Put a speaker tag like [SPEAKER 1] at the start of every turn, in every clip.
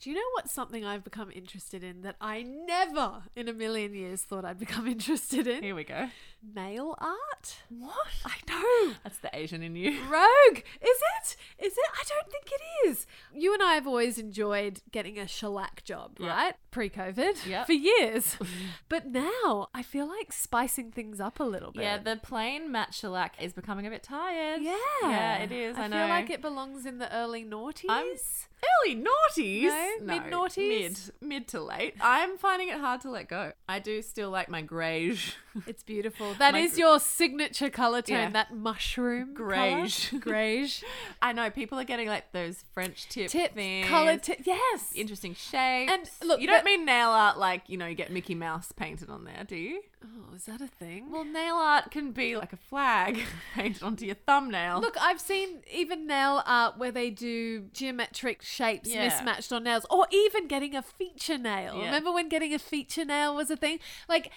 [SPEAKER 1] Do you know what's something I've become interested in that I never in a million years thought I'd become interested in?
[SPEAKER 2] Here we go.
[SPEAKER 1] Nail art?
[SPEAKER 2] What?
[SPEAKER 1] I know.
[SPEAKER 2] That's the Asian in you.
[SPEAKER 1] Rogue, is it? Is it? I don't think it is. You and I have always enjoyed getting a shellac job,
[SPEAKER 2] Yeah.
[SPEAKER 1] right? Pre COVID,
[SPEAKER 2] Yeah.
[SPEAKER 1] for years. but now I feel like spicing things up a little bit.
[SPEAKER 2] Yeah, the plain matte shellac is becoming a bit tired.
[SPEAKER 1] yeah.
[SPEAKER 2] Yeah, it is. I, know.
[SPEAKER 1] feel like it belongs in the early noughties.
[SPEAKER 2] I'm early noughties.
[SPEAKER 1] No? Mid-noughties?
[SPEAKER 2] Mid, mid to late. I'm finding it hard to let go. I do still like my greige.
[SPEAKER 1] It's beautiful. That
[SPEAKER 2] My
[SPEAKER 1] is
[SPEAKER 2] gr-
[SPEAKER 1] your signature color tone,
[SPEAKER 2] Yeah.
[SPEAKER 1] that mushroom.
[SPEAKER 2] Greige.
[SPEAKER 1] Colour. Greige.
[SPEAKER 2] I know people are getting like those French tip
[SPEAKER 1] Tip,
[SPEAKER 2] things.
[SPEAKER 1] color tip. Yes.
[SPEAKER 2] Interesting shapes.
[SPEAKER 1] And look,
[SPEAKER 2] you don't
[SPEAKER 1] but-
[SPEAKER 2] mean nail art like you know you get Mickey Mouse painted on there, do you?
[SPEAKER 1] Oh, is that a thing?
[SPEAKER 2] Well, nail art can be like a flag painted onto your thumbnail.
[SPEAKER 1] Look, I've seen even nail art where they do geometric shapes
[SPEAKER 2] Yeah.
[SPEAKER 1] mismatched on nails, or even getting a feature nail.
[SPEAKER 2] Yeah.
[SPEAKER 1] Remember when getting a feature nail was a thing? Like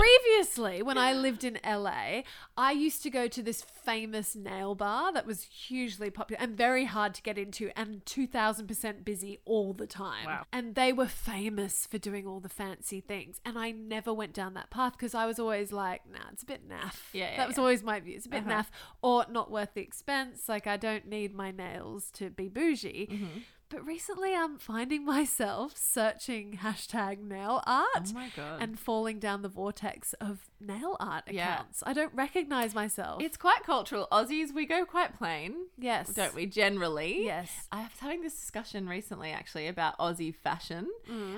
[SPEAKER 1] previously, when I lived in LA, I used to go to this famous nail bar that was hugely popular and very hard to get into, and two thousand percent busy all the time.
[SPEAKER 2] Wow.
[SPEAKER 1] And they were famous for doing all the fancy things, and I never went down that path because I was always like, "Nah, it's a bit naff."
[SPEAKER 2] Yeah, yeah,
[SPEAKER 1] that was
[SPEAKER 2] yeah.
[SPEAKER 1] always my view. It's a bit
[SPEAKER 2] Uh-huh.
[SPEAKER 1] naff or not worth the expense. Like I don't need my nails to be bougie.
[SPEAKER 2] Mm-hmm.
[SPEAKER 1] But recently I'm finding myself searching hashtag nail art
[SPEAKER 2] oh my god.
[SPEAKER 1] and falling down the vortex of nail art
[SPEAKER 2] Yeah.
[SPEAKER 1] accounts. I don't recognize myself.
[SPEAKER 2] it's quite cultural. Aussies, we go quite plain.
[SPEAKER 1] yes.
[SPEAKER 2] don't we? Generally,
[SPEAKER 1] Yes.
[SPEAKER 2] I was having this discussion recently, actually, about Aussie fashion.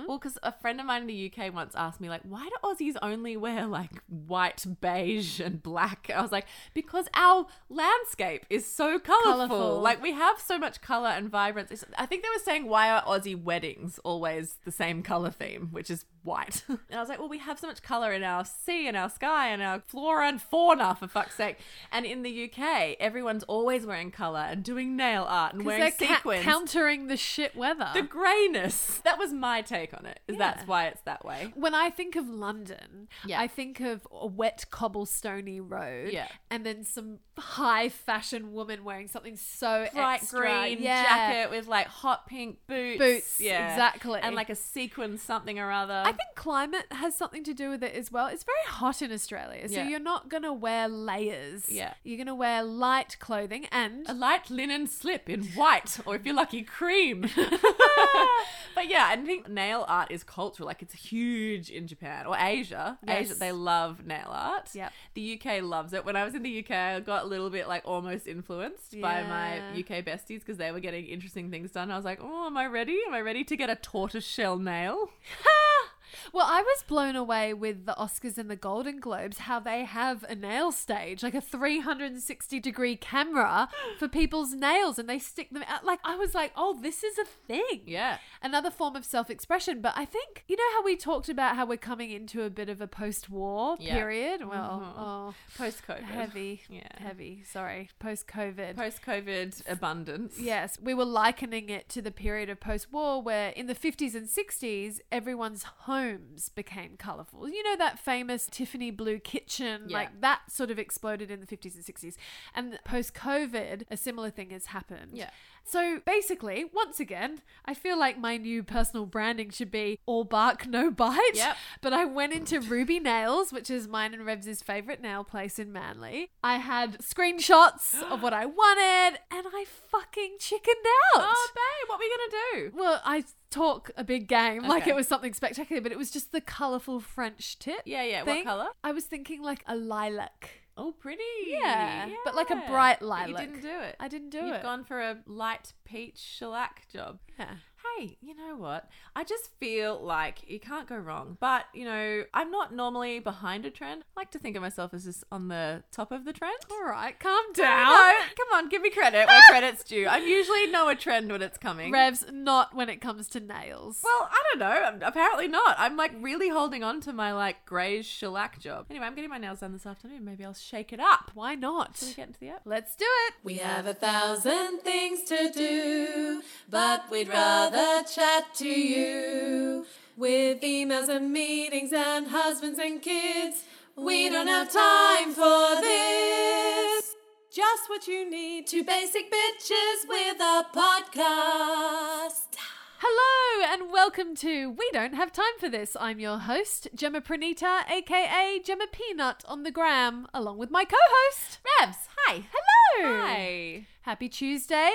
[SPEAKER 2] Well, because a friend of mine in the UK once asked me, like, why do Aussies only wear like white, beige, and black? I was like, because our landscape is so
[SPEAKER 1] Colourful.
[SPEAKER 2] colourful. Like, we have so much colour and vibrance. It's- I think they were saying, why are Aussie weddings always the same colour theme, which is white? and I was like, well, we have so much colour in our sea and our sky and our flora and fauna, for fuck's sake. And in the UK, everyone's always wearing colour and doing nail art and
[SPEAKER 1] 'Cause
[SPEAKER 2] wearing
[SPEAKER 1] they're ca-
[SPEAKER 2] sequins
[SPEAKER 1] countering the shit weather.
[SPEAKER 2] the grayness. That was my take on it. Is
[SPEAKER 1] Yeah.
[SPEAKER 2] that's why it's that way.
[SPEAKER 1] when I think of London,
[SPEAKER 2] Yeah.
[SPEAKER 1] I think of a wet cobblestony road,
[SPEAKER 2] Yeah.
[SPEAKER 1] and then some high fashion woman wearing something so
[SPEAKER 2] Bright
[SPEAKER 1] extra.
[SPEAKER 2] green
[SPEAKER 1] yeah.
[SPEAKER 2] jacket with like hot pink boots.
[SPEAKER 1] Boots, exactly.
[SPEAKER 2] And like a sequin something or other.
[SPEAKER 1] I think climate has something to do with it as well. It's very hot in Australia, so
[SPEAKER 2] Yeah.
[SPEAKER 1] you're not gonna wear layers.
[SPEAKER 2] Yeah.
[SPEAKER 1] you're gonna wear light clothing, and
[SPEAKER 2] a light linen slip in white, or if you're lucky, cream. but yeah, I think nail art is cultural. Like it's huge in Japan or Asia.
[SPEAKER 1] Yes.
[SPEAKER 2] Asia, they love nail art.
[SPEAKER 1] Yep.
[SPEAKER 2] The UK loves it. When I was in the UK, I got a little bit like almost influenced by
[SPEAKER 1] Yeah.
[SPEAKER 2] my UK besties because they were getting interesting things done. I was like, oh, am I ready? Am I ready to get a tortoiseshell nail?
[SPEAKER 1] well, I was blown away with the Oscars and the Golden Globes how they have a nail stage, like a 360 degree camera for people's nails, and they stick them out. Like I was like, oh, this is a thing.
[SPEAKER 2] Yeah.
[SPEAKER 1] another form of self expression. But I think, you know, how we talked about how we're coming into a bit of a post war
[SPEAKER 2] Yeah.
[SPEAKER 1] period? Well,
[SPEAKER 2] Mhm.
[SPEAKER 1] oh,
[SPEAKER 2] Post COVID.
[SPEAKER 1] heavy,
[SPEAKER 2] Yeah.
[SPEAKER 1] heavy. Sorry, post COVID.
[SPEAKER 2] Post COVID abundance.
[SPEAKER 1] Yes, we were likening it to the period of post war where in the 50s and 60s, everyone's homes became colourful. You know, that famous Tiffany blue kitchen,
[SPEAKER 2] Yeah.
[SPEAKER 1] like that sort of exploded in the 50s and 60s. And post COVID, a similar thing has happened.
[SPEAKER 2] Yeah.
[SPEAKER 1] So basically, once again, I feel like my new personal branding should be all bark, no bite.
[SPEAKER 2] Yep.
[SPEAKER 1] But I went into Ruby Nails, which is mine and Revs' favorite nail place in Manly. I had screenshots of what I wanted and I fucking chickened out.
[SPEAKER 2] Oh, babe, what are we going to do?
[SPEAKER 1] well, I talk a big game like
[SPEAKER 2] Okay.
[SPEAKER 1] it was something spectacular, but it was just the colorful French tip.
[SPEAKER 2] Yeah, yeah.
[SPEAKER 1] Thing.
[SPEAKER 2] What color?
[SPEAKER 1] I was thinking like a lilac.
[SPEAKER 2] Oh, pretty.
[SPEAKER 1] Yeah, but like a bright
[SPEAKER 2] But
[SPEAKER 1] lilac.
[SPEAKER 2] You didn't do it.
[SPEAKER 1] I didn't do
[SPEAKER 2] You've
[SPEAKER 1] it.
[SPEAKER 2] gone for a light peach shellac job.
[SPEAKER 1] yeah.
[SPEAKER 2] Hey, you know what? I just feel like you can't go wrong. But, you know, I'm not normally behind a trend. I like to think of myself as just on the top of the trend.
[SPEAKER 1] All right, calm
[SPEAKER 2] Down. Ah!
[SPEAKER 1] down.
[SPEAKER 2] Come on, give me credit where credit's due. I usually know a trend when it's coming.
[SPEAKER 1] Revs, not when it comes to nails.
[SPEAKER 2] well, I don't know. Um, Apparently not. I'm like really holding on to my like greyish shellac job. Anyway, I'm getting my nails done this afternoon. Maybe I'll shake it up.
[SPEAKER 1] Why
[SPEAKER 2] Can we
[SPEAKER 1] not?
[SPEAKER 2] get into the app?
[SPEAKER 1] Let's do it.
[SPEAKER 3] We have a thousand things to do, but we'd rather chat to you. With emails and meetings and husbands and kids, we don't have time for this. Just what you need two basic bitches with a podcast.
[SPEAKER 1] Hello and welcome to We Don't Have Time for This. I'm your host, Gemma Pranita, aka Gemma Peanut on the gram, along with my co host.
[SPEAKER 2] Revs, hi.
[SPEAKER 1] Hello!
[SPEAKER 2] Hi.
[SPEAKER 1] Happy Tuesday.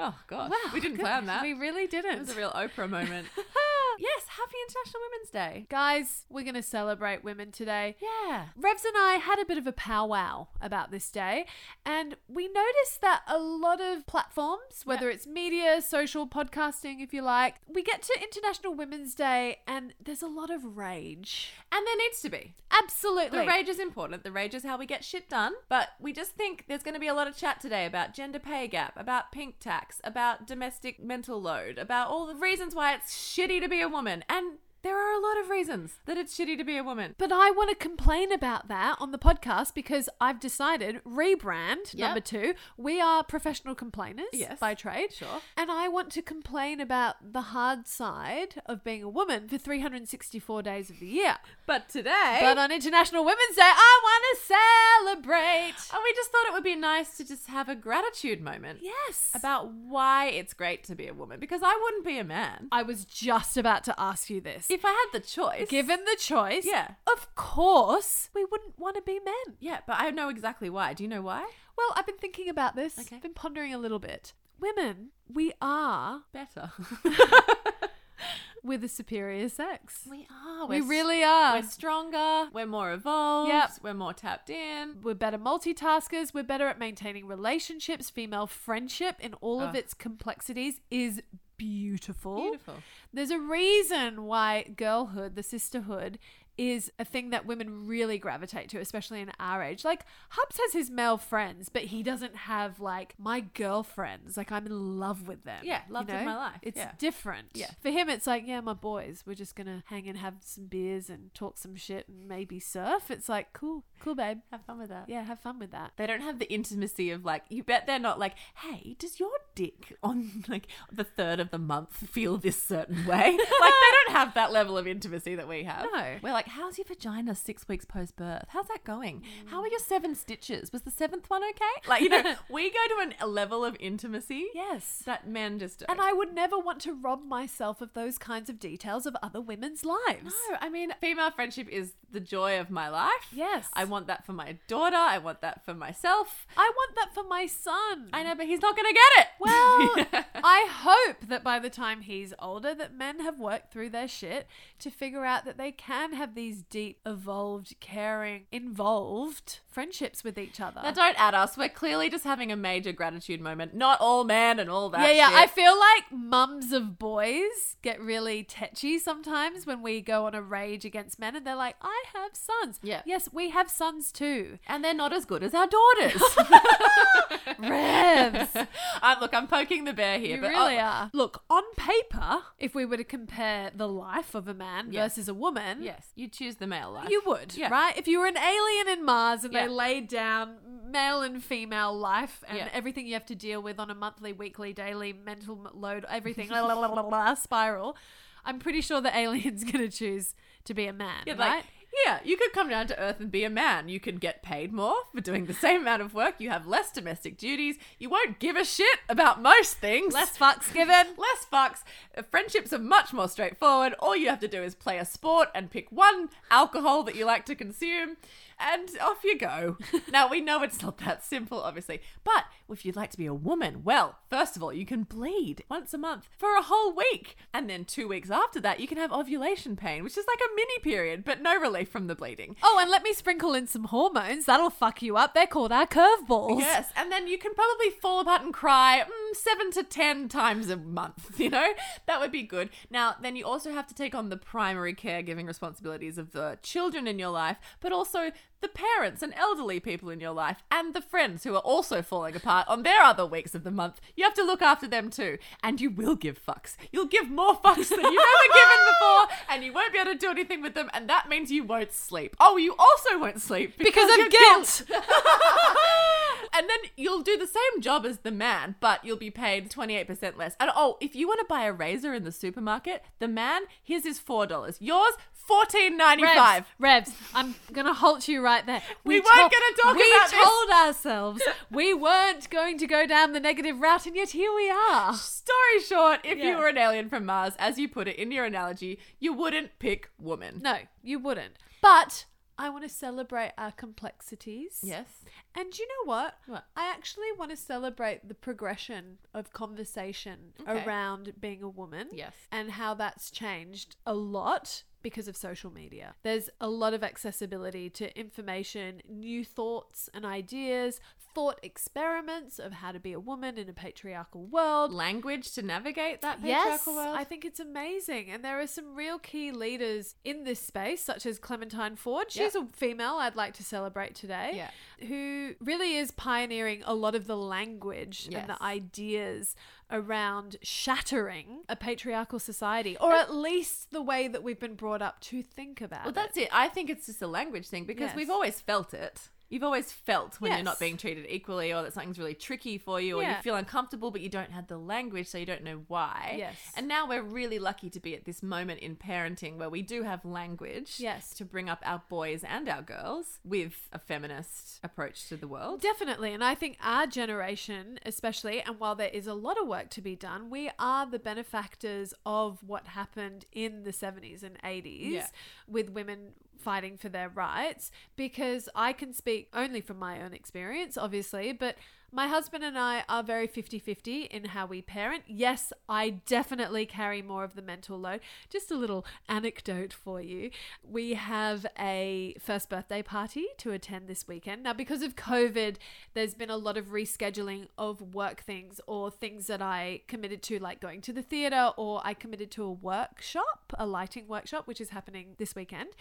[SPEAKER 2] Oh, gosh.
[SPEAKER 1] Wow,
[SPEAKER 2] we didn't
[SPEAKER 1] goodness,
[SPEAKER 2] plan that.
[SPEAKER 1] We really didn't.
[SPEAKER 2] It was a real Oprah moment. yes, happy International Women's Day.
[SPEAKER 1] Guys, we're going to celebrate women today.
[SPEAKER 2] Yeah.
[SPEAKER 1] Revs and I had a bit of a powwow about this day, and we noticed that a lot of platforms, whether it's media, social, podcasting, if you like, we get to International Women's Day and there's a lot of rage.
[SPEAKER 2] And there needs to be.
[SPEAKER 1] Absolutely.
[SPEAKER 2] The rage is important. The rage is how we get shit done. But we just think there's going to be a lot of chat today about gender pay gap, about pink tax, about domestic mental load, about all the reasons why it's shitty to be a woman. And there are a lot of reasons that it's shitty to be a woman.
[SPEAKER 1] But I want to complain about that on the podcast because I've decided rebrand number two. We are professional complainers
[SPEAKER 2] Yes.
[SPEAKER 1] by trade.
[SPEAKER 2] Sure.
[SPEAKER 1] And I want to complain about the hard side of being a woman for 364 days of the year.
[SPEAKER 2] But today.
[SPEAKER 1] But on International Women's Day, I want to celebrate.
[SPEAKER 2] and we just thought it would be nice to just have a gratitude moment
[SPEAKER 1] uh, Yes.
[SPEAKER 2] about why it's great to be a woman because I wouldn't be a man.
[SPEAKER 1] I was just about to ask you this.
[SPEAKER 2] If I had the choice.
[SPEAKER 1] Given the choice,
[SPEAKER 2] Yeah.
[SPEAKER 1] of course, we wouldn't want to be men.
[SPEAKER 2] Yeah, but I know exactly why. Do you know why?
[SPEAKER 1] Well, I've been thinking about this.
[SPEAKER 2] Okay.
[SPEAKER 1] I've been pondering a little bit. Women, we are
[SPEAKER 2] Better.
[SPEAKER 1] with a superior sex.
[SPEAKER 2] we are.
[SPEAKER 1] We
[SPEAKER 2] We're
[SPEAKER 1] really are.
[SPEAKER 2] We're stronger. We're more evolved.
[SPEAKER 1] Yep.
[SPEAKER 2] We're more tapped in.
[SPEAKER 1] We're better multitaskers. We're better at maintaining relationships. Female friendship in all of
[SPEAKER 2] Ah.
[SPEAKER 1] its complexities is beautiful.
[SPEAKER 2] Beautiful.
[SPEAKER 1] There's a reason why girlhood, the sisterhood, is a thing that women really gravitate to, especially in our age. Like, Hubs has his male friends, but he doesn't have, like, my girlfriends. Like, I'm in love with them.
[SPEAKER 2] Yeah, loved of my life,
[SPEAKER 1] It's
[SPEAKER 2] yeah.
[SPEAKER 1] different.
[SPEAKER 2] Yeah.
[SPEAKER 1] For him, it's like, yeah, my boys, we're just going to hang and have some beers and talk some shit and maybe surf. It's like, cool, cool, babe.
[SPEAKER 2] Have fun with that.
[SPEAKER 1] Yeah, have fun with that.
[SPEAKER 2] They don't have the intimacy of like, you bet they're not like, hey, does your dick on like the third of the month feel this certain way? like, they don't have that level of intimacy that we have.
[SPEAKER 1] No.
[SPEAKER 2] We're like, how's your vagina six weeks post birth? How's that going? How are your seven stitches? Was the seventh one okay? Like, you know, we go to an, a level of intimacy
[SPEAKER 1] Yes.
[SPEAKER 2] that men just don't.
[SPEAKER 1] And I would never want to rob myself of those kinds of details of other women's lives.
[SPEAKER 2] No, I mean, female friendship is the joy of my life.
[SPEAKER 1] Yes.
[SPEAKER 2] I want that for my daughter. I want that for myself.
[SPEAKER 1] I want that for my son.
[SPEAKER 2] I know, but he's not going to get it.
[SPEAKER 1] Well, I hope that by the time he's older, that men have worked through their shit to figure out that they can have these deep, evolved, caring, involved friendships with each other.
[SPEAKER 2] now don't add us. We're clearly just having a major gratitude moment. Not all men and all that.
[SPEAKER 1] yeah, yeah.
[SPEAKER 2] shit.
[SPEAKER 1] I feel like mums of boys get really tetchy sometimes when we go on a rage against men, and they're like, "I have sons."
[SPEAKER 2] Yeah.
[SPEAKER 1] Yes, we have sons too.
[SPEAKER 2] and they're not as good as our daughters.
[SPEAKER 1] Revs.
[SPEAKER 2] I, look, I'm poking the bear here,
[SPEAKER 1] You
[SPEAKER 2] but
[SPEAKER 1] really
[SPEAKER 2] oh,
[SPEAKER 1] are. Look, on paper, if we were to compare the life of a man
[SPEAKER 2] Yeah.
[SPEAKER 1] versus a woman,
[SPEAKER 2] yes, you choose the male life.
[SPEAKER 1] you would,
[SPEAKER 2] Yeah.
[SPEAKER 1] right? If you were an alien in Mars and they
[SPEAKER 2] Yeah.
[SPEAKER 1] laid down male and female life and
[SPEAKER 2] Yeah.
[SPEAKER 1] everything you have to deal with on a monthly, weekly, daily mental m- load, everything, la, la, la, la, la, la, spiral, I'm pretty sure the alien's going to choose to be a man,
[SPEAKER 2] Yeah,
[SPEAKER 1] right?
[SPEAKER 2] like, yeah, you could come down to earth and be a man. You can get paid more for doing the same amount of work. You have less domestic duties. You won't give a shit about most things.
[SPEAKER 1] Less fucks given.
[SPEAKER 2] Less fucks. Uh, Friendships are much more straightforward. All you have to do is play a sport and pick one alcohol that you like to consume, and off you go. now, we know it's not that simple, obviously, but if you'd like to be a woman, well, first of all, you can bleed once a month for a whole week. And then two weeks after that, you can have ovulation pain, which is like a mini period, but no relief from the bleeding.
[SPEAKER 1] Oh, and let me sprinkle in some hormones. That'll fuck you up. They're called our curveballs.
[SPEAKER 2] Yes, and then you can probably fall apart and cry mm, seven to ten times a month. You know that would be good. Now, then you also have to take on the primary caregiving responsibilities of the children in your life, but also the parents and elderly people in your life, and the friends who are also falling apart on their other weeks of the month. You have to look after them too, and you will give fucks. You'll give more fucks than you've ever given before, and you won't be able to do anything with them, and that means you won't sleep. Oh, you also won't sleep
[SPEAKER 1] Because of
[SPEAKER 2] you're
[SPEAKER 1] guilt.
[SPEAKER 2] And then you'll do the same job as the man, but you'll be paid 28% less. And oh, if you want to buy a razor in the supermarket, the man, his is $4. Yours, $14.95.
[SPEAKER 1] Revs, Revs, I'm gonna halt you right there.
[SPEAKER 2] We weren't
[SPEAKER 1] to-
[SPEAKER 2] gonna talk
[SPEAKER 1] we
[SPEAKER 2] about this.
[SPEAKER 1] told ourselves we weren't going to go down the negative route, and yet here we are.
[SPEAKER 2] Story short, if you
[SPEAKER 1] Yeah.
[SPEAKER 2] were an alien from Mars, as you put it in your analogy, you wouldn't pick woman.
[SPEAKER 1] No, you wouldn't. But I want to celebrate our complexities.
[SPEAKER 2] Yes.
[SPEAKER 1] And you know what?
[SPEAKER 2] What?
[SPEAKER 1] I actually want to celebrate the progression of conversation
[SPEAKER 2] Okay.
[SPEAKER 1] around being a woman.
[SPEAKER 2] Yes.
[SPEAKER 1] And how that's changed a lot because of social media. There's a lot of accessibility to information, new thoughts and ideas, thought experiments of how to be a woman in a patriarchal world.
[SPEAKER 2] Language to navigate that
[SPEAKER 1] Yes,
[SPEAKER 2] patriarchal world.
[SPEAKER 1] I think it's amazing. And there are some real key leaders in this space, such as Clementine Ford. She's a female I'd like to celebrate today, who really is pioneering a lot of the language and
[SPEAKER 2] Yes.
[SPEAKER 1] the ideas around shattering a patriarchal society, or at least the way that we've been brought up to think about
[SPEAKER 2] Well,
[SPEAKER 1] it.
[SPEAKER 2] that's it. I think it's just a language thing because
[SPEAKER 1] Yes.
[SPEAKER 2] we've always felt it. You've always felt when you're not
[SPEAKER 1] Yes.
[SPEAKER 2] being treated equally or that something's really tricky for you or
[SPEAKER 1] Yeah.
[SPEAKER 2] you feel uncomfortable but you don't have the language so you don't know why.
[SPEAKER 1] Yes.
[SPEAKER 2] And now we're really lucky to be at this moment in parenting where we do have language
[SPEAKER 1] Yes.
[SPEAKER 2] to bring up our boys and our girls with a feminist approach to the world.
[SPEAKER 1] Definitely. And I think our generation, especially, and while there is a lot of work to be done, we are the benefactors of what happened in the 70s and 80s
[SPEAKER 2] Yeah.
[SPEAKER 1] with women fighting for their rights. Because I can speak only from my own experience, obviously, but my husband and I are very 50 50 in how we parent. Yes, I definitely carry more of the mental load. Just a little anecdote for you. We have a first birthday party to attend this weekend. Now, because of COVID, there's been a lot of rescheduling of work things or things that I committed to, like going to the theater, or I committed to a workshop, a lighting workshop, which is happening this weekend.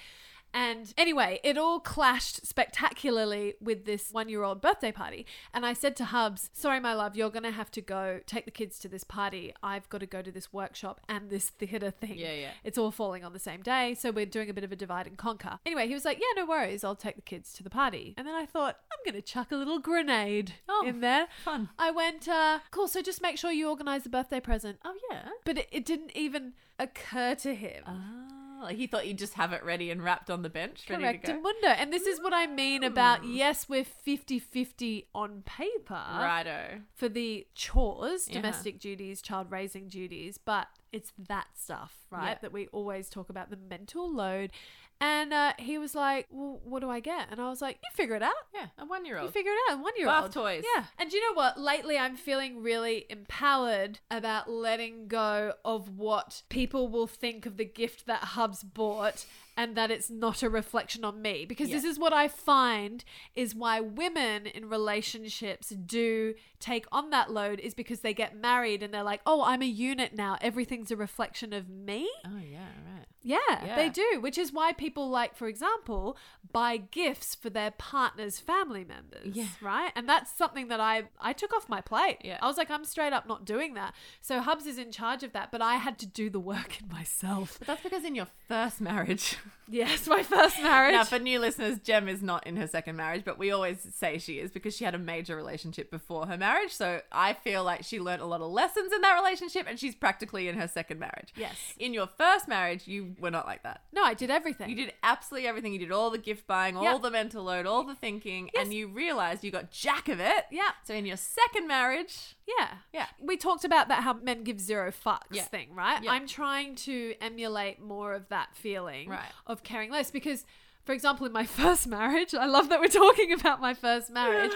[SPEAKER 1] And anyway, it all clashed spectacularly with this one year old birthday party. And I said to Hubs, Sorry, my love, you're going to have to go take the kids to this party. I've got to go to this workshop and this theatre thing.
[SPEAKER 2] Yeah, yeah.
[SPEAKER 1] It's all falling on the same day. So we're doing a bit of a divide and conquer. Anyway, he was like, Yeah, no worries. I'll take the kids to the party. And then I thought, I'm going to chuck a little grenade
[SPEAKER 2] Oh,
[SPEAKER 1] in there.
[SPEAKER 2] fun.
[SPEAKER 1] I went, uh, Cool. So just make sure you organize the birthday present.
[SPEAKER 2] Oh, yeah.
[SPEAKER 1] But it, it didn't even occur to him.
[SPEAKER 2] Ah, he thought you'd just have it ready and wrapped on the bench, ready
[SPEAKER 1] Correct
[SPEAKER 2] to go. Hmm.
[SPEAKER 1] mundo. And this is what I mean about yes, we're 50 50 on paper
[SPEAKER 2] Righto.
[SPEAKER 1] for the chores,
[SPEAKER 2] Yeah.
[SPEAKER 1] domestic duties, child raising duties, but it's that stuff, right?
[SPEAKER 2] Yeah.
[SPEAKER 1] That we always talk about the mental load. And uh, he was like, Well, what do I get? And I was like, You figure it out.
[SPEAKER 2] Yeah, a one year
[SPEAKER 1] You
[SPEAKER 2] old.
[SPEAKER 1] figure it out. One year
[SPEAKER 2] Bath
[SPEAKER 1] old.
[SPEAKER 2] toys.
[SPEAKER 1] Yeah. And do you know what? Lately, I'm feeling really empowered about letting go of what people will think of the gift that Hubs bought and that it's not a reflection on me. Because this
[SPEAKER 2] Yeah.
[SPEAKER 1] is what I find is why women in relationships do take on that load is because they get married and they're like, oh, I'm a unit now. Everything's a reflection of me.
[SPEAKER 2] Oh, yeah, right.
[SPEAKER 1] Yeah, they
[SPEAKER 2] Yeah.
[SPEAKER 1] do, which is why people like, for example, buy gifts for their partner's family members,
[SPEAKER 2] Yeah.
[SPEAKER 1] right? And that's something that I I took off my plate.
[SPEAKER 2] Yeah.
[SPEAKER 1] I was like, I'm straight up not doing that. So Hubs is in charge of that, but I had to do the work in myself.
[SPEAKER 2] But that's because in your first marriage.
[SPEAKER 1] Yes, my first marriage.
[SPEAKER 2] Now, for new listeners, Jem is not in her second marriage, but we always say she is because she had a major relationship before her marriage. So I feel like she learned a lot of lessons in that relationship and she's practically in her second marriage.
[SPEAKER 1] Yes.
[SPEAKER 2] In your first marriage, you were not like that.
[SPEAKER 1] no, I did everything.
[SPEAKER 2] You did absolutely everything. You did all the gift buying, all
[SPEAKER 1] Yep.
[SPEAKER 2] the mental load, all the thinking, and you realized you got jack of it.
[SPEAKER 1] Yep.
[SPEAKER 2] So in your second marriage,
[SPEAKER 1] Yeah.
[SPEAKER 2] Yeah.
[SPEAKER 1] We talked about that how men give zero fucks
[SPEAKER 2] Yeah.
[SPEAKER 1] thing, right?
[SPEAKER 2] Yeah.
[SPEAKER 1] I'm trying to emulate more of that feeling
[SPEAKER 2] Right.
[SPEAKER 1] of caring less because for example in my first marriage, I love that we're talking about my first marriage.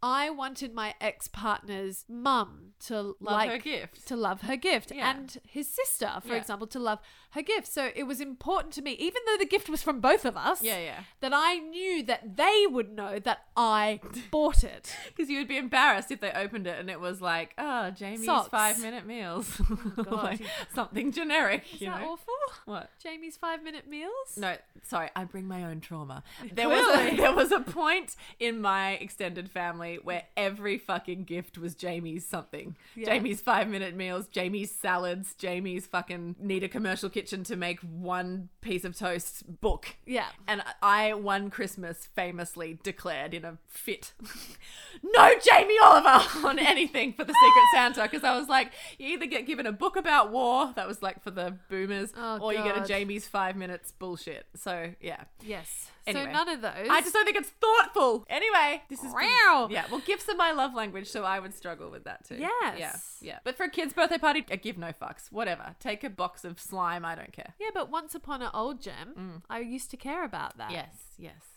[SPEAKER 1] I wanted my ex-partner's mum to
[SPEAKER 2] love
[SPEAKER 1] like
[SPEAKER 2] her gift.
[SPEAKER 1] to love her gift
[SPEAKER 2] Yeah.
[SPEAKER 1] and his sister for
[SPEAKER 2] Yeah.
[SPEAKER 1] example to love her gift so it was important to me even though the gift was from both of us
[SPEAKER 2] Yeah, yeah.
[SPEAKER 1] that i knew that they would know that i bought it
[SPEAKER 2] Because you would be embarrassed if they opened it and it was like, oh, Jamie's
[SPEAKER 1] Socks. Oh,
[SPEAKER 2] five minute meals.
[SPEAKER 1] God.
[SPEAKER 2] like something generic.
[SPEAKER 1] Is
[SPEAKER 2] you
[SPEAKER 1] that
[SPEAKER 2] know?
[SPEAKER 1] awful?
[SPEAKER 2] What?
[SPEAKER 1] Jamie's five minute meals?
[SPEAKER 2] No, sorry, I bring my own trauma. There was a, there was a point in my extended family where every fucking gift was Jamie's something. Jamie's five minute meals, Jamie's salads, Jamie's fucking need a commercial kitchen to make one piece of toast book.
[SPEAKER 1] Yeah.
[SPEAKER 2] And I one Christmas famously declared in a fit, no Jamie Oliver on anything for the Secret Santa because I was like, you either get given a book about war that was like for the boomers,
[SPEAKER 1] Oh,
[SPEAKER 2] or you get a
[SPEAKER 1] God.
[SPEAKER 2] Jamie's five minutes bullshit. So yeah,
[SPEAKER 1] Yes.
[SPEAKER 2] Anyway.
[SPEAKER 1] So none of those.
[SPEAKER 2] I just don't think it's thoughtful. Anyway, this is
[SPEAKER 1] Wow.
[SPEAKER 2] Yeah, well, gifts are my love language, so I would struggle with that too. yeah,
[SPEAKER 1] Yes.
[SPEAKER 2] yeah. But for a kid's birthday party, I give no fucks. Whatever, take a box of slime. I don't care.
[SPEAKER 1] Yeah, but once upon an old
[SPEAKER 2] Mm.
[SPEAKER 1] gem, I used to care about that.
[SPEAKER 2] yes.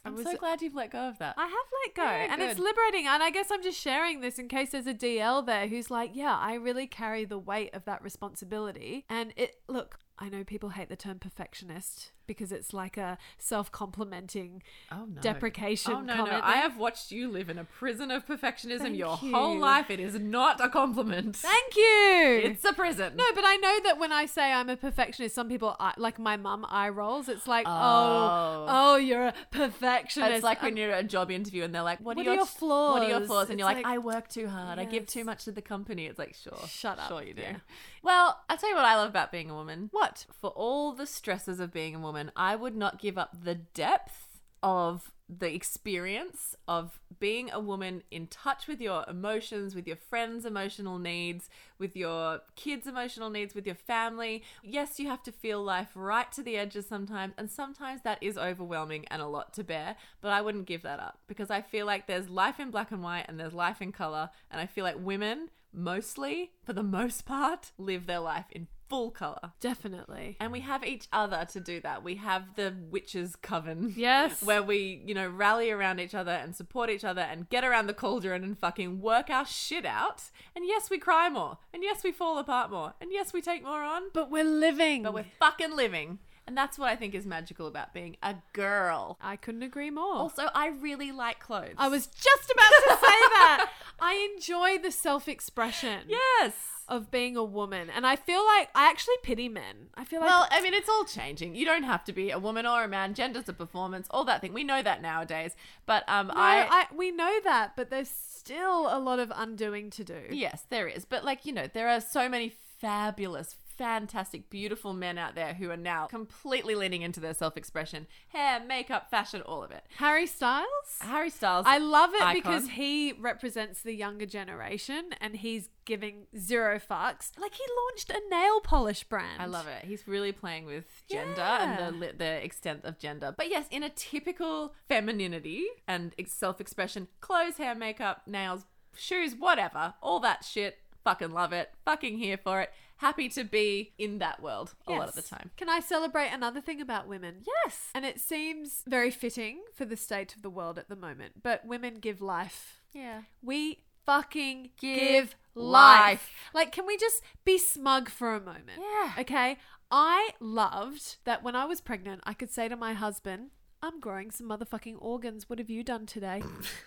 [SPEAKER 1] I
[SPEAKER 2] I'm
[SPEAKER 1] was-
[SPEAKER 2] so glad you've let go of that.
[SPEAKER 1] I have let go,
[SPEAKER 2] Yeah,
[SPEAKER 1] and it's
[SPEAKER 2] good.
[SPEAKER 1] liberating. And I guess I'm just sharing this in case there's a DL there who's like, "Yeah, I really carry the weight of that responsibility." And it look, I know people hate the term perfectionist because it's like a self-complimenting
[SPEAKER 2] Oh, no.
[SPEAKER 1] deprecation
[SPEAKER 2] Oh, no,
[SPEAKER 1] comment.
[SPEAKER 2] no. I have watched you live in a prison of perfectionism
[SPEAKER 1] Thank
[SPEAKER 2] your
[SPEAKER 1] you.
[SPEAKER 2] whole life. It is not a compliment.
[SPEAKER 1] Thank you.
[SPEAKER 2] it's a prison.
[SPEAKER 1] no, but I know that when I say I'm a perfectionist, some people, eye- like my mum, eye rolls. It's like,
[SPEAKER 2] Oh.
[SPEAKER 1] oh, oh, you're a perfectionist. Um,
[SPEAKER 2] It's like
[SPEAKER 1] I'm
[SPEAKER 2] when you're at a job interview and they're like, "What,
[SPEAKER 1] What
[SPEAKER 2] are, your,
[SPEAKER 1] flaws?"
[SPEAKER 2] What are your flaws?" And you're
[SPEAKER 1] It's
[SPEAKER 2] like,
[SPEAKER 1] like,
[SPEAKER 2] "I work too hard. I give too
[SPEAKER 1] yes.
[SPEAKER 2] much to the company." It's like, "Sure,
[SPEAKER 1] Shut up.
[SPEAKER 2] Sure, you do."
[SPEAKER 1] Yeah.
[SPEAKER 2] Well, I'll tell you what I love about being a woman.
[SPEAKER 1] What?
[SPEAKER 2] For all the stresses of being a woman, I would not give up the depth of the experience of being a woman in touch with your emotions, with your friends' emotional needs, with your kids' emotional needs, with your family. Yes, you have to feel life right to the edges sometimes, and sometimes that is overwhelming and a lot to bear, but I wouldn't give that up because I feel like there's life in black and white and there's life in color, and I feel like women mostly, for the most part, live their life in full color.
[SPEAKER 1] Definitely.
[SPEAKER 2] And we have each other to do that. We have the witches' coven.
[SPEAKER 1] Yes.
[SPEAKER 2] Where we, you know, rally around each other and support each other and get around the cauldron and fucking work our shit out. And yes, we cry more. And yes, we fall apart more. And yes, we take more on.
[SPEAKER 1] But we're living.
[SPEAKER 2] But we're fucking living. And that's what I think is magical about being a girl.
[SPEAKER 1] I couldn't agree more.
[SPEAKER 2] Also, I really like clothes.
[SPEAKER 1] I was just about to say that. I enjoy the self expression
[SPEAKER 2] Yes.
[SPEAKER 1] of being a woman. And I feel like I actually pity men. I feel like.
[SPEAKER 2] Well, I mean, it's all changing. You don't have to be a woman or a man. Gender's a performance, all that thing. We know that nowadays. But um,
[SPEAKER 1] no, I, we know that, but there's still a lot of undoing to do.
[SPEAKER 2] Yes, there is. But like, you know, there are so many fabulous, fantastic, beautiful men out there who are now completely leaning into their self-expression, hair, makeup, fashion, all of it.
[SPEAKER 1] Harry Styles?
[SPEAKER 2] Harry Styles.
[SPEAKER 1] I love it
[SPEAKER 2] icon.
[SPEAKER 1] because he represents the younger generation and he's giving zero fucks. Like he launched a nail polish brand.
[SPEAKER 2] I love it. He's really playing with gender
[SPEAKER 1] Yeah.
[SPEAKER 2] and the li- the extent of gender. But yes, in a typical femininity and ex- self-expression, clothes, hair, makeup, nails, shoes, whatever, all that shit. Fucking love it. Fucking here for it. Happy to be in that world a lot of the
[SPEAKER 1] Yes.
[SPEAKER 2] time.
[SPEAKER 1] Can I celebrate another thing about women?
[SPEAKER 2] Yes.
[SPEAKER 1] And it seems very fitting for the state of the world at the moment, but women give life.
[SPEAKER 2] Yeah.
[SPEAKER 1] We fucking
[SPEAKER 2] Give
[SPEAKER 1] give,
[SPEAKER 2] life.
[SPEAKER 1] life. Like, can we just be smug for a moment?
[SPEAKER 2] Yeah.
[SPEAKER 1] Okay. I loved that when I was pregnant, I could say to my husband, I'm growing some motherfucking organs. What have you done today?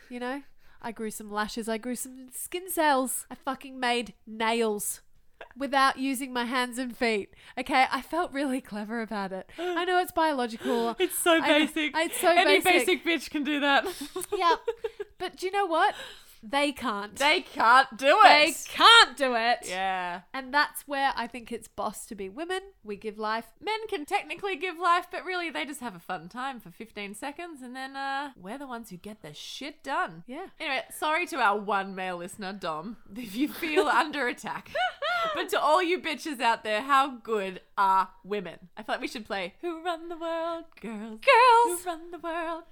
[SPEAKER 1] you know? I grew some lashes. I grew some skin cells. I fucking made nails without using my hands and feet. Okay, I felt really clever about it. I know it's biological.
[SPEAKER 2] It's so
[SPEAKER 1] I-
[SPEAKER 2] basic.
[SPEAKER 1] it's so
[SPEAKER 2] Any
[SPEAKER 1] basic.
[SPEAKER 2] basic bitch can do that.
[SPEAKER 1] yeah. But do you know what? They can't.
[SPEAKER 2] they can't do
[SPEAKER 1] They
[SPEAKER 2] it.
[SPEAKER 1] can't do it.
[SPEAKER 2] yeah.
[SPEAKER 1] And that's where I think it's boss to be women. We give life.
[SPEAKER 2] Men can technically give life, but really they just have a fun time for 15 seconds and then uh, we're the ones who get the shit done.
[SPEAKER 1] Yeah.
[SPEAKER 2] Anyway, sorry to our one male listener, Dom, if you feel under attack. But to all you bitches out there, how good are women? I feel like we should play Who Run the World? Girls.
[SPEAKER 1] Girls.
[SPEAKER 2] Who Run the World?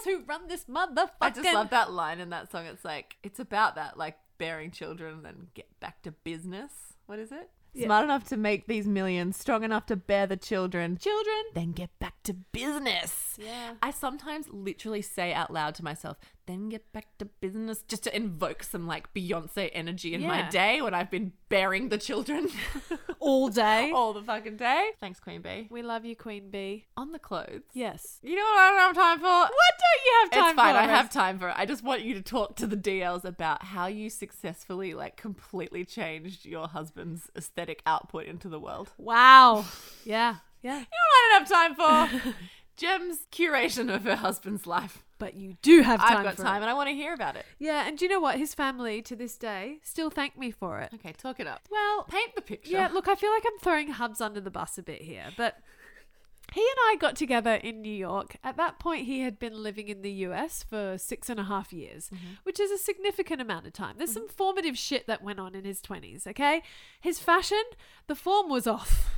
[SPEAKER 1] Girls who run this motherfucking.
[SPEAKER 2] I just love that line in that song. It's like it's about that, like bearing children and then get back to business. What is it?
[SPEAKER 1] Yeah.
[SPEAKER 2] Smart enough to make these millions, strong enough to bear the children, children, then get back to business.
[SPEAKER 1] Yeah.
[SPEAKER 2] I sometimes literally say out loud to myself, then get back to business, just to invoke some like Beyonce energy in my
[SPEAKER 1] Yeah.
[SPEAKER 2] day when I've been bearing the children
[SPEAKER 1] all day.
[SPEAKER 2] all the fucking day. Thanks, Queen Bee.
[SPEAKER 1] We love you, Queen Bee.
[SPEAKER 2] On the clothes.
[SPEAKER 1] Yes.
[SPEAKER 2] You know what I don't have time for? What
[SPEAKER 1] don't you have
[SPEAKER 2] it's fine. I have time for it. I just want you to talk to the DLs about how you successfully, like, completely changed your husband's aesthetic output into the world.
[SPEAKER 1] Wow. Yeah. Yeah.
[SPEAKER 2] You know what I don't have time for? Jem's curation of her husband's life.
[SPEAKER 1] But you do have time.
[SPEAKER 2] I've got
[SPEAKER 1] for
[SPEAKER 2] time
[SPEAKER 1] It.
[SPEAKER 2] and I want to hear about it.
[SPEAKER 1] Yeah, and do you know what? His family to this day still thank me for it.
[SPEAKER 2] Okay, talk it up. Well, paint the picture.
[SPEAKER 1] Yeah, look, I feel like I'm throwing Hubs under the bus a bit here, but he and I got together in New York. At that point, he had been living in the US for six and a half years,
[SPEAKER 2] Mm-hmm.
[SPEAKER 1] which is a significant amount of time. There's some formative shit that went on in his 20s, okay? His fashion, the form was off.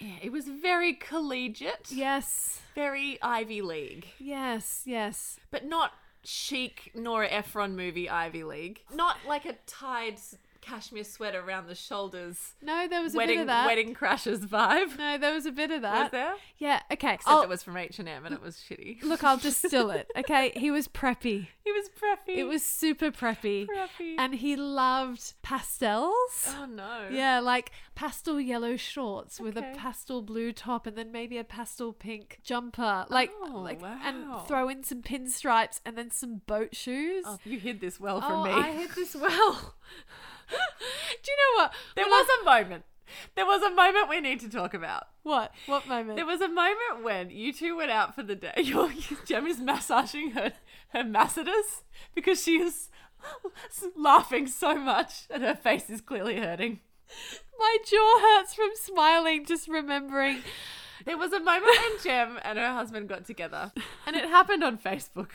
[SPEAKER 2] Yeah, it was very collegiate.
[SPEAKER 1] Yes,
[SPEAKER 2] Very Ivy League.
[SPEAKER 1] yes, yes.
[SPEAKER 2] But not chic Nora Ephron movie Ivy League. Not like a tied s- cashmere sweater around the shoulders.
[SPEAKER 1] No, there was a bit
[SPEAKER 2] wedding
[SPEAKER 1] of that.
[SPEAKER 2] wedding crashes vibe.
[SPEAKER 1] No, there was a bit of that.
[SPEAKER 2] Was there?
[SPEAKER 1] Yeah, okay.
[SPEAKER 2] Except
[SPEAKER 1] I'll-
[SPEAKER 2] it was from H and M and it was shitty.
[SPEAKER 1] Look, I'll distill it, okay? He was preppy.
[SPEAKER 2] He was preppy.
[SPEAKER 1] It was super preppy.
[SPEAKER 2] Preppy.
[SPEAKER 1] And he loved pastels.
[SPEAKER 2] Oh no.
[SPEAKER 1] Yeah, like pastel yellow shorts with a
[SPEAKER 2] Okay.
[SPEAKER 1] pastel blue top and then maybe a pastel pink jumper. Like,
[SPEAKER 2] Oh,
[SPEAKER 1] like
[SPEAKER 2] wow.
[SPEAKER 1] and throw in some pinstripes and then some boat shoes.
[SPEAKER 2] Oh, you hid this well from
[SPEAKER 1] Oh,
[SPEAKER 2] me.
[SPEAKER 1] I hid this well. Do you know what?
[SPEAKER 2] There
[SPEAKER 1] When
[SPEAKER 2] was
[SPEAKER 1] I-
[SPEAKER 2] a moment. There was a moment we need to talk about.
[SPEAKER 1] what? What moment?
[SPEAKER 2] There was a moment when you two went out for the day. Your Jem is massaging her her masseter's because she is laughing so much and her face is clearly hurting.
[SPEAKER 1] My jaw hurts from smiling just remembering.
[SPEAKER 2] There was a moment when Jem and her husband got together, and it happened on Facebook.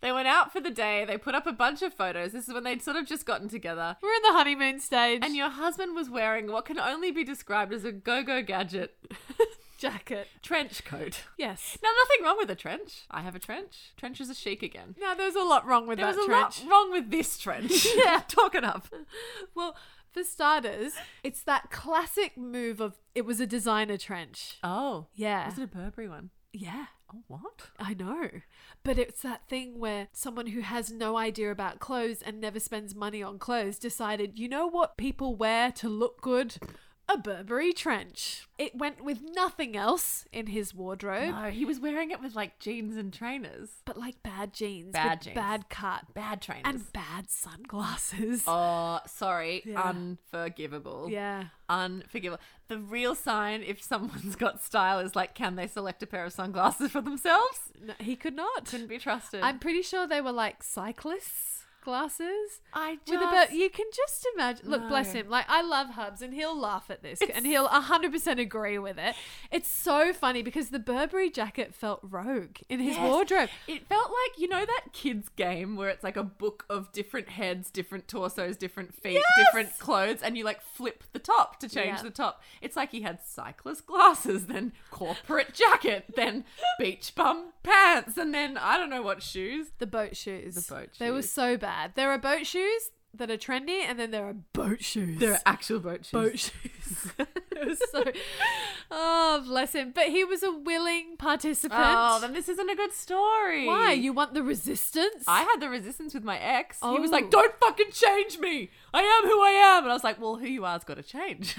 [SPEAKER 2] They went out for the day. They put up a bunch of photos. This is when they'd sort of just gotten together.
[SPEAKER 1] We're in the honeymoon stage.
[SPEAKER 2] And your husband was wearing what can only be described as a go go gadget
[SPEAKER 1] jacket.
[SPEAKER 2] trench coat.
[SPEAKER 1] Yes.
[SPEAKER 2] Now, nothing wrong with a trench. I have a trench. Trench is a chic again.
[SPEAKER 1] Now there was a lot wrong with
[SPEAKER 2] There
[SPEAKER 1] that
[SPEAKER 2] was a
[SPEAKER 1] trench.
[SPEAKER 2] lot wrong with this trench.
[SPEAKER 1] Yeah.
[SPEAKER 2] Talk it up.
[SPEAKER 1] Well, for starters, it's that classic move of it was a designer trench.
[SPEAKER 2] Oh.
[SPEAKER 1] Yeah.
[SPEAKER 2] Was it a Burberry one?
[SPEAKER 1] Yeah.
[SPEAKER 2] Oh, what?
[SPEAKER 1] I know. But it's that thing where someone who has no idea about clothes and never spends money on clothes decided, you know what people wear to look good? A Burberry trench. It went with nothing else in his wardrobe,
[SPEAKER 2] No, he was wearing it with like jeans and trainers.
[SPEAKER 1] but like bad jeans,
[SPEAKER 2] Bad
[SPEAKER 1] with
[SPEAKER 2] jeans.
[SPEAKER 1] bad cut,
[SPEAKER 2] Bad trainers.
[SPEAKER 1] and bad sunglasses.
[SPEAKER 2] oh, sorry.
[SPEAKER 1] Yeah.
[SPEAKER 2] Unforgivable.
[SPEAKER 1] Yeah.
[SPEAKER 2] Unforgivable. The real sign if someone's got style is like, can they select a pair of sunglasses for themselves?
[SPEAKER 1] No, he could not.
[SPEAKER 2] Couldn't be trusted.
[SPEAKER 1] I'm pretty sure they were like cyclists glasses.
[SPEAKER 2] I
[SPEAKER 1] With a bit, you can just imagine. Look, bless
[SPEAKER 2] No.
[SPEAKER 1] him. Like I love Hubs, and he'll laugh at this, and he'll hundred percent agree with it. It's so funny because the Burberry jacket felt rogue in his
[SPEAKER 2] Yes.
[SPEAKER 1] wardrobe.
[SPEAKER 2] It felt like you know that kids game where it's like a book of different heads, different torsos, different feet, different clothes, and you like flip the top to change
[SPEAKER 1] Yeah.
[SPEAKER 2] the top. It's like he had cyclist glasses, then corporate jacket, then beach bum pants, and then I don't know what shoes.
[SPEAKER 1] The boat shoes. The
[SPEAKER 2] boat
[SPEAKER 1] They were
[SPEAKER 2] shoes.
[SPEAKER 1] so bad. There are boat shoes that are trendy, and then there are boat shoes.
[SPEAKER 2] There are actual boat shoes.
[SPEAKER 1] boat shoes. it was so. Oh, bless him. But he was a willing participant.
[SPEAKER 2] Oh, then this isn't a good story.
[SPEAKER 1] Why? You want the resistance?
[SPEAKER 2] I had the resistance with my ex. He was
[SPEAKER 1] Oh.
[SPEAKER 2] like, "Don't fucking change me. I am who I am." And I was like, "Well, who you are's got to change."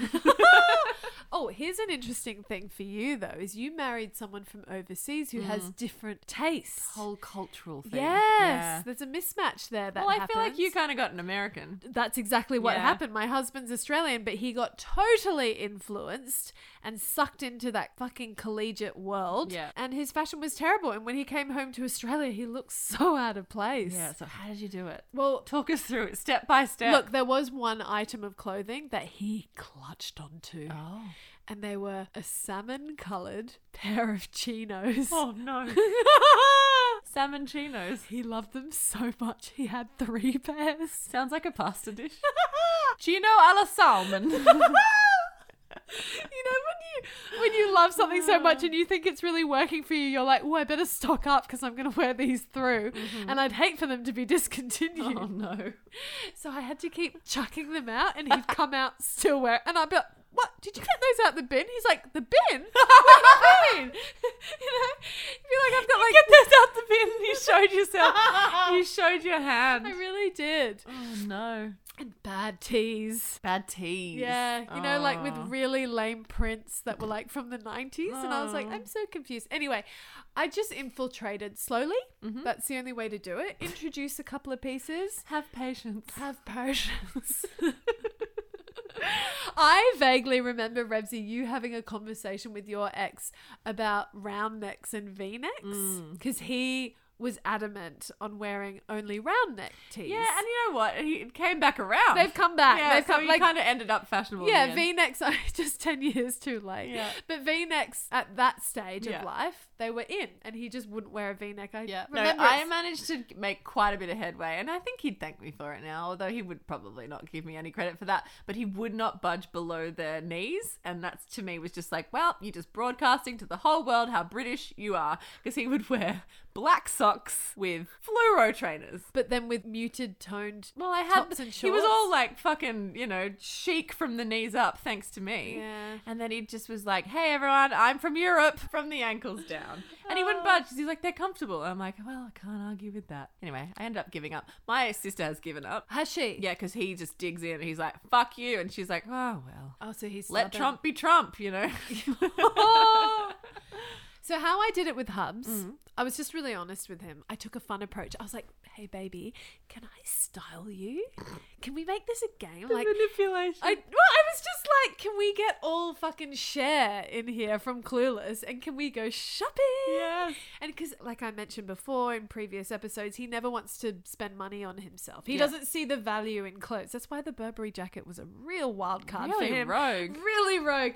[SPEAKER 1] Oh, here's an interesting thing for you though: is you married someone from overseas who has different tastes.
[SPEAKER 2] Whole cultural thing.
[SPEAKER 1] yes,
[SPEAKER 2] Yeah.
[SPEAKER 1] there's a mismatch there. That
[SPEAKER 2] Well, I feel like you
[SPEAKER 1] happens.
[SPEAKER 2] kind of got an American.
[SPEAKER 1] That's exactly what
[SPEAKER 2] Yeah.
[SPEAKER 1] happened. My husband's Australian, but he got totally influenced and sucked into that fucking collegiate world.
[SPEAKER 2] Yeah.
[SPEAKER 1] And his fashion was terrible. And when he came home to Australia, he looked so out of place.
[SPEAKER 2] Yeah. So how did you do it?
[SPEAKER 1] Well,
[SPEAKER 2] Talk us through it step by step.
[SPEAKER 1] look, there was one item of clothing that he clutched onto.
[SPEAKER 2] Oh.
[SPEAKER 1] And they were a salmon colored pair of chinos.
[SPEAKER 2] Oh no. Salmon chinos.
[SPEAKER 1] He loved them so much, he had three pairs.
[SPEAKER 2] Sounds like a pasta dish. Chino alla salmon.
[SPEAKER 1] You know, when you when you love something so much and you think it's really working for you, you're like, oh, I better stock up because I'm going to wear these through. And I'd hate for them to be discontinued.
[SPEAKER 2] oh no.
[SPEAKER 1] So I had to keep chucking them out, and he'd come out still wearing. And I'd be like, "What? Did you get those out the bin?" He's like, "The bin? What do you mean?" you know, he'd be like, "I've got like get those out the bin." You showed yourself.
[SPEAKER 2] you showed your hand.
[SPEAKER 1] I really did.
[SPEAKER 2] oh no.
[SPEAKER 1] And bad teas.
[SPEAKER 2] Bad teas.
[SPEAKER 1] Yeah, you know, like with
[SPEAKER 2] Oh.
[SPEAKER 1] really lame prints that were like from the 90s. And I was like, I'm so confused. Anyway, I just infiltrated slowly.
[SPEAKER 2] Mm-hmm.
[SPEAKER 1] That's the only way to do it. Introduce a couple of pieces,
[SPEAKER 2] have patience.
[SPEAKER 1] have potions. I vaguely remember, Rebsy, you having a conversation with your ex about round necks and v necks
[SPEAKER 2] Mm.
[SPEAKER 1] because he was adamant on wearing only round neck tees.
[SPEAKER 2] Yeah, and you know what? He came back around.
[SPEAKER 1] They've come back.
[SPEAKER 2] Yeah,
[SPEAKER 1] They've
[SPEAKER 2] so
[SPEAKER 1] come-
[SPEAKER 2] he
[SPEAKER 1] like-
[SPEAKER 2] kind of ended up fashionable. in
[SPEAKER 1] yeah,
[SPEAKER 2] the end.
[SPEAKER 1] V necks are just 10 years too late.
[SPEAKER 2] Yeah.
[SPEAKER 1] But V necks at that stage
[SPEAKER 2] Yeah.
[SPEAKER 1] of life, they were in, and he just wouldn't wear a V neck. I
[SPEAKER 2] Yeah, no,
[SPEAKER 1] remember.
[SPEAKER 2] I
[SPEAKER 1] it's-
[SPEAKER 2] managed to make quite a bit of headway, and I think he'd thank me for it now. Although he would probably not give me any credit for that, but he would not budge below their knees, and that's to me was just like, well, you're just broadcasting to the whole world how British you are, because he would wear black socks with fluoro trainers.
[SPEAKER 1] but then with muted toned.
[SPEAKER 2] Well, I had
[SPEAKER 1] Tops and
[SPEAKER 2] he was
[SPEAKER 1] shorts.
[SPEAKER 2] all like fucking you know chic from the knees up, thanks to me.
[SPEAKER 1] Yeah.
[SPEAKER 2] And then he just was like, "Hey everyone, I'm from Europe, from the ankles down," and he wouldn't budge. 'cause He's like, "They're comfortable." I'm like, "Well, I can't argue with that." Anyway, I ended up giving up. My sister has given up.
[SPEAKER 1] Has she?
[SPEAKER 2] Yeah, because he just digs in and he's like, "Fuck you," and she's like, "Oh well,
[SPEAKER 1] Oh, so he's
[SPEAKER 2] let
[SPEAKER 1] stubborn.
[SPEAKER 2] Trump be Trump," you know.
[SPEAKER 1] So how I did it with Hubs,
[SPEAKER 2] Mm-hmm.
[SPEAKER 1] I was just really honest with him. I took a fun approach. I was like, "Hey, baby, can I style you? Can we make this a game?" Like,
[SPEAKER 2] Manipulation.
[SPEAKER 1] I well, I was just like, "Can we get all fucking share in here from Clueless, and can we go shopping?"
[SPEAKER 2] Yes.
[SPEAKER 1] And because, like I mentioned before in previous episodes, he never wants to spend money on himself. He
[SPEAKER 2] Yeah.
[SPEAKER 1] doesn't see the value in clothes. That's why the Burberry jacket was a real wild card
[SPEAKER 2] Really
[SPEAKER 1] for him.
[SPEAKER 2] rogue.
[SPEAKER 1] Really rogue.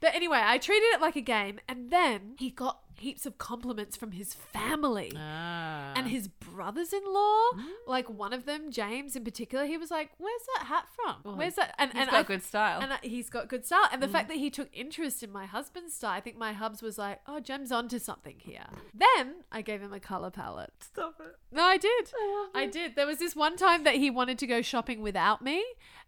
[SPEAKER 1] But anyway, I treated it like a game, and then he got heaps of compliments from his family.
[SPEAKER 2] Ah.
[SPEAKER 1] And his brothers in law,
[SPEAKER 2] Mm.
[SPEAKER 1] like one of them, James in particular, he was like, Where's that hat from? Where's that? And,
[SPEAKER 2] He's
[SPEAKER 1] and
[SPEAKER 2] got
[SPEAKER 1] I-
[SPEAKER 2] good style.
[SPEAKER 1] and I- he's got good style.
[SPEAKER 2] Mm.
[SPEAKER 1] And the fact that he took interest in my husband's style, I think my hubs was like, oh, Jem's onto something here. Then I gave him a color palette.
[SPEAKER 2] Stop it.
[SPEAKER 1] No, I did.
[SPEAKER 2] I
[SPEAKER 1] I did. There was this one time that he wanted to go shopping without me.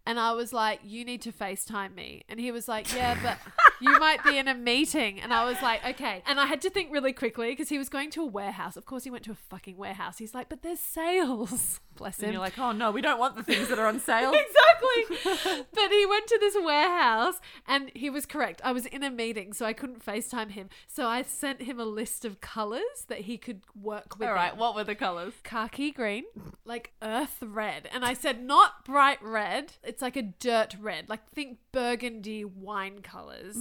[SPEAKER 1] And I was like, you need to FaceTime me. And he was like, yeah, but you might be in a meeting. And I was like, okay. And I had to think really quickly because he was going to a warehouse. Of course, he went to a fucking warehouse. He's like, but there's sales. Bless
[SPEAKER 2] And
[SPEAKER 1] him.
[SPEAKER 2] you're like, "Oh no, we don't want the things that are on sale."
[SPEAKER 1] exactly. but he went to this warehouse and he was correct. I was in a meeting, so I couldn't FaceTime him. So I sent him a list of colors that he could work with.
[SPEAKER 2] All right,
[SPEAKER 1] in.
[SPEAKER 2] what were the colors?
[SPEAKER 1] Khaki green, like earth red. And I said, not bright red. It's like a dirt red. Like think burgundy wine colors.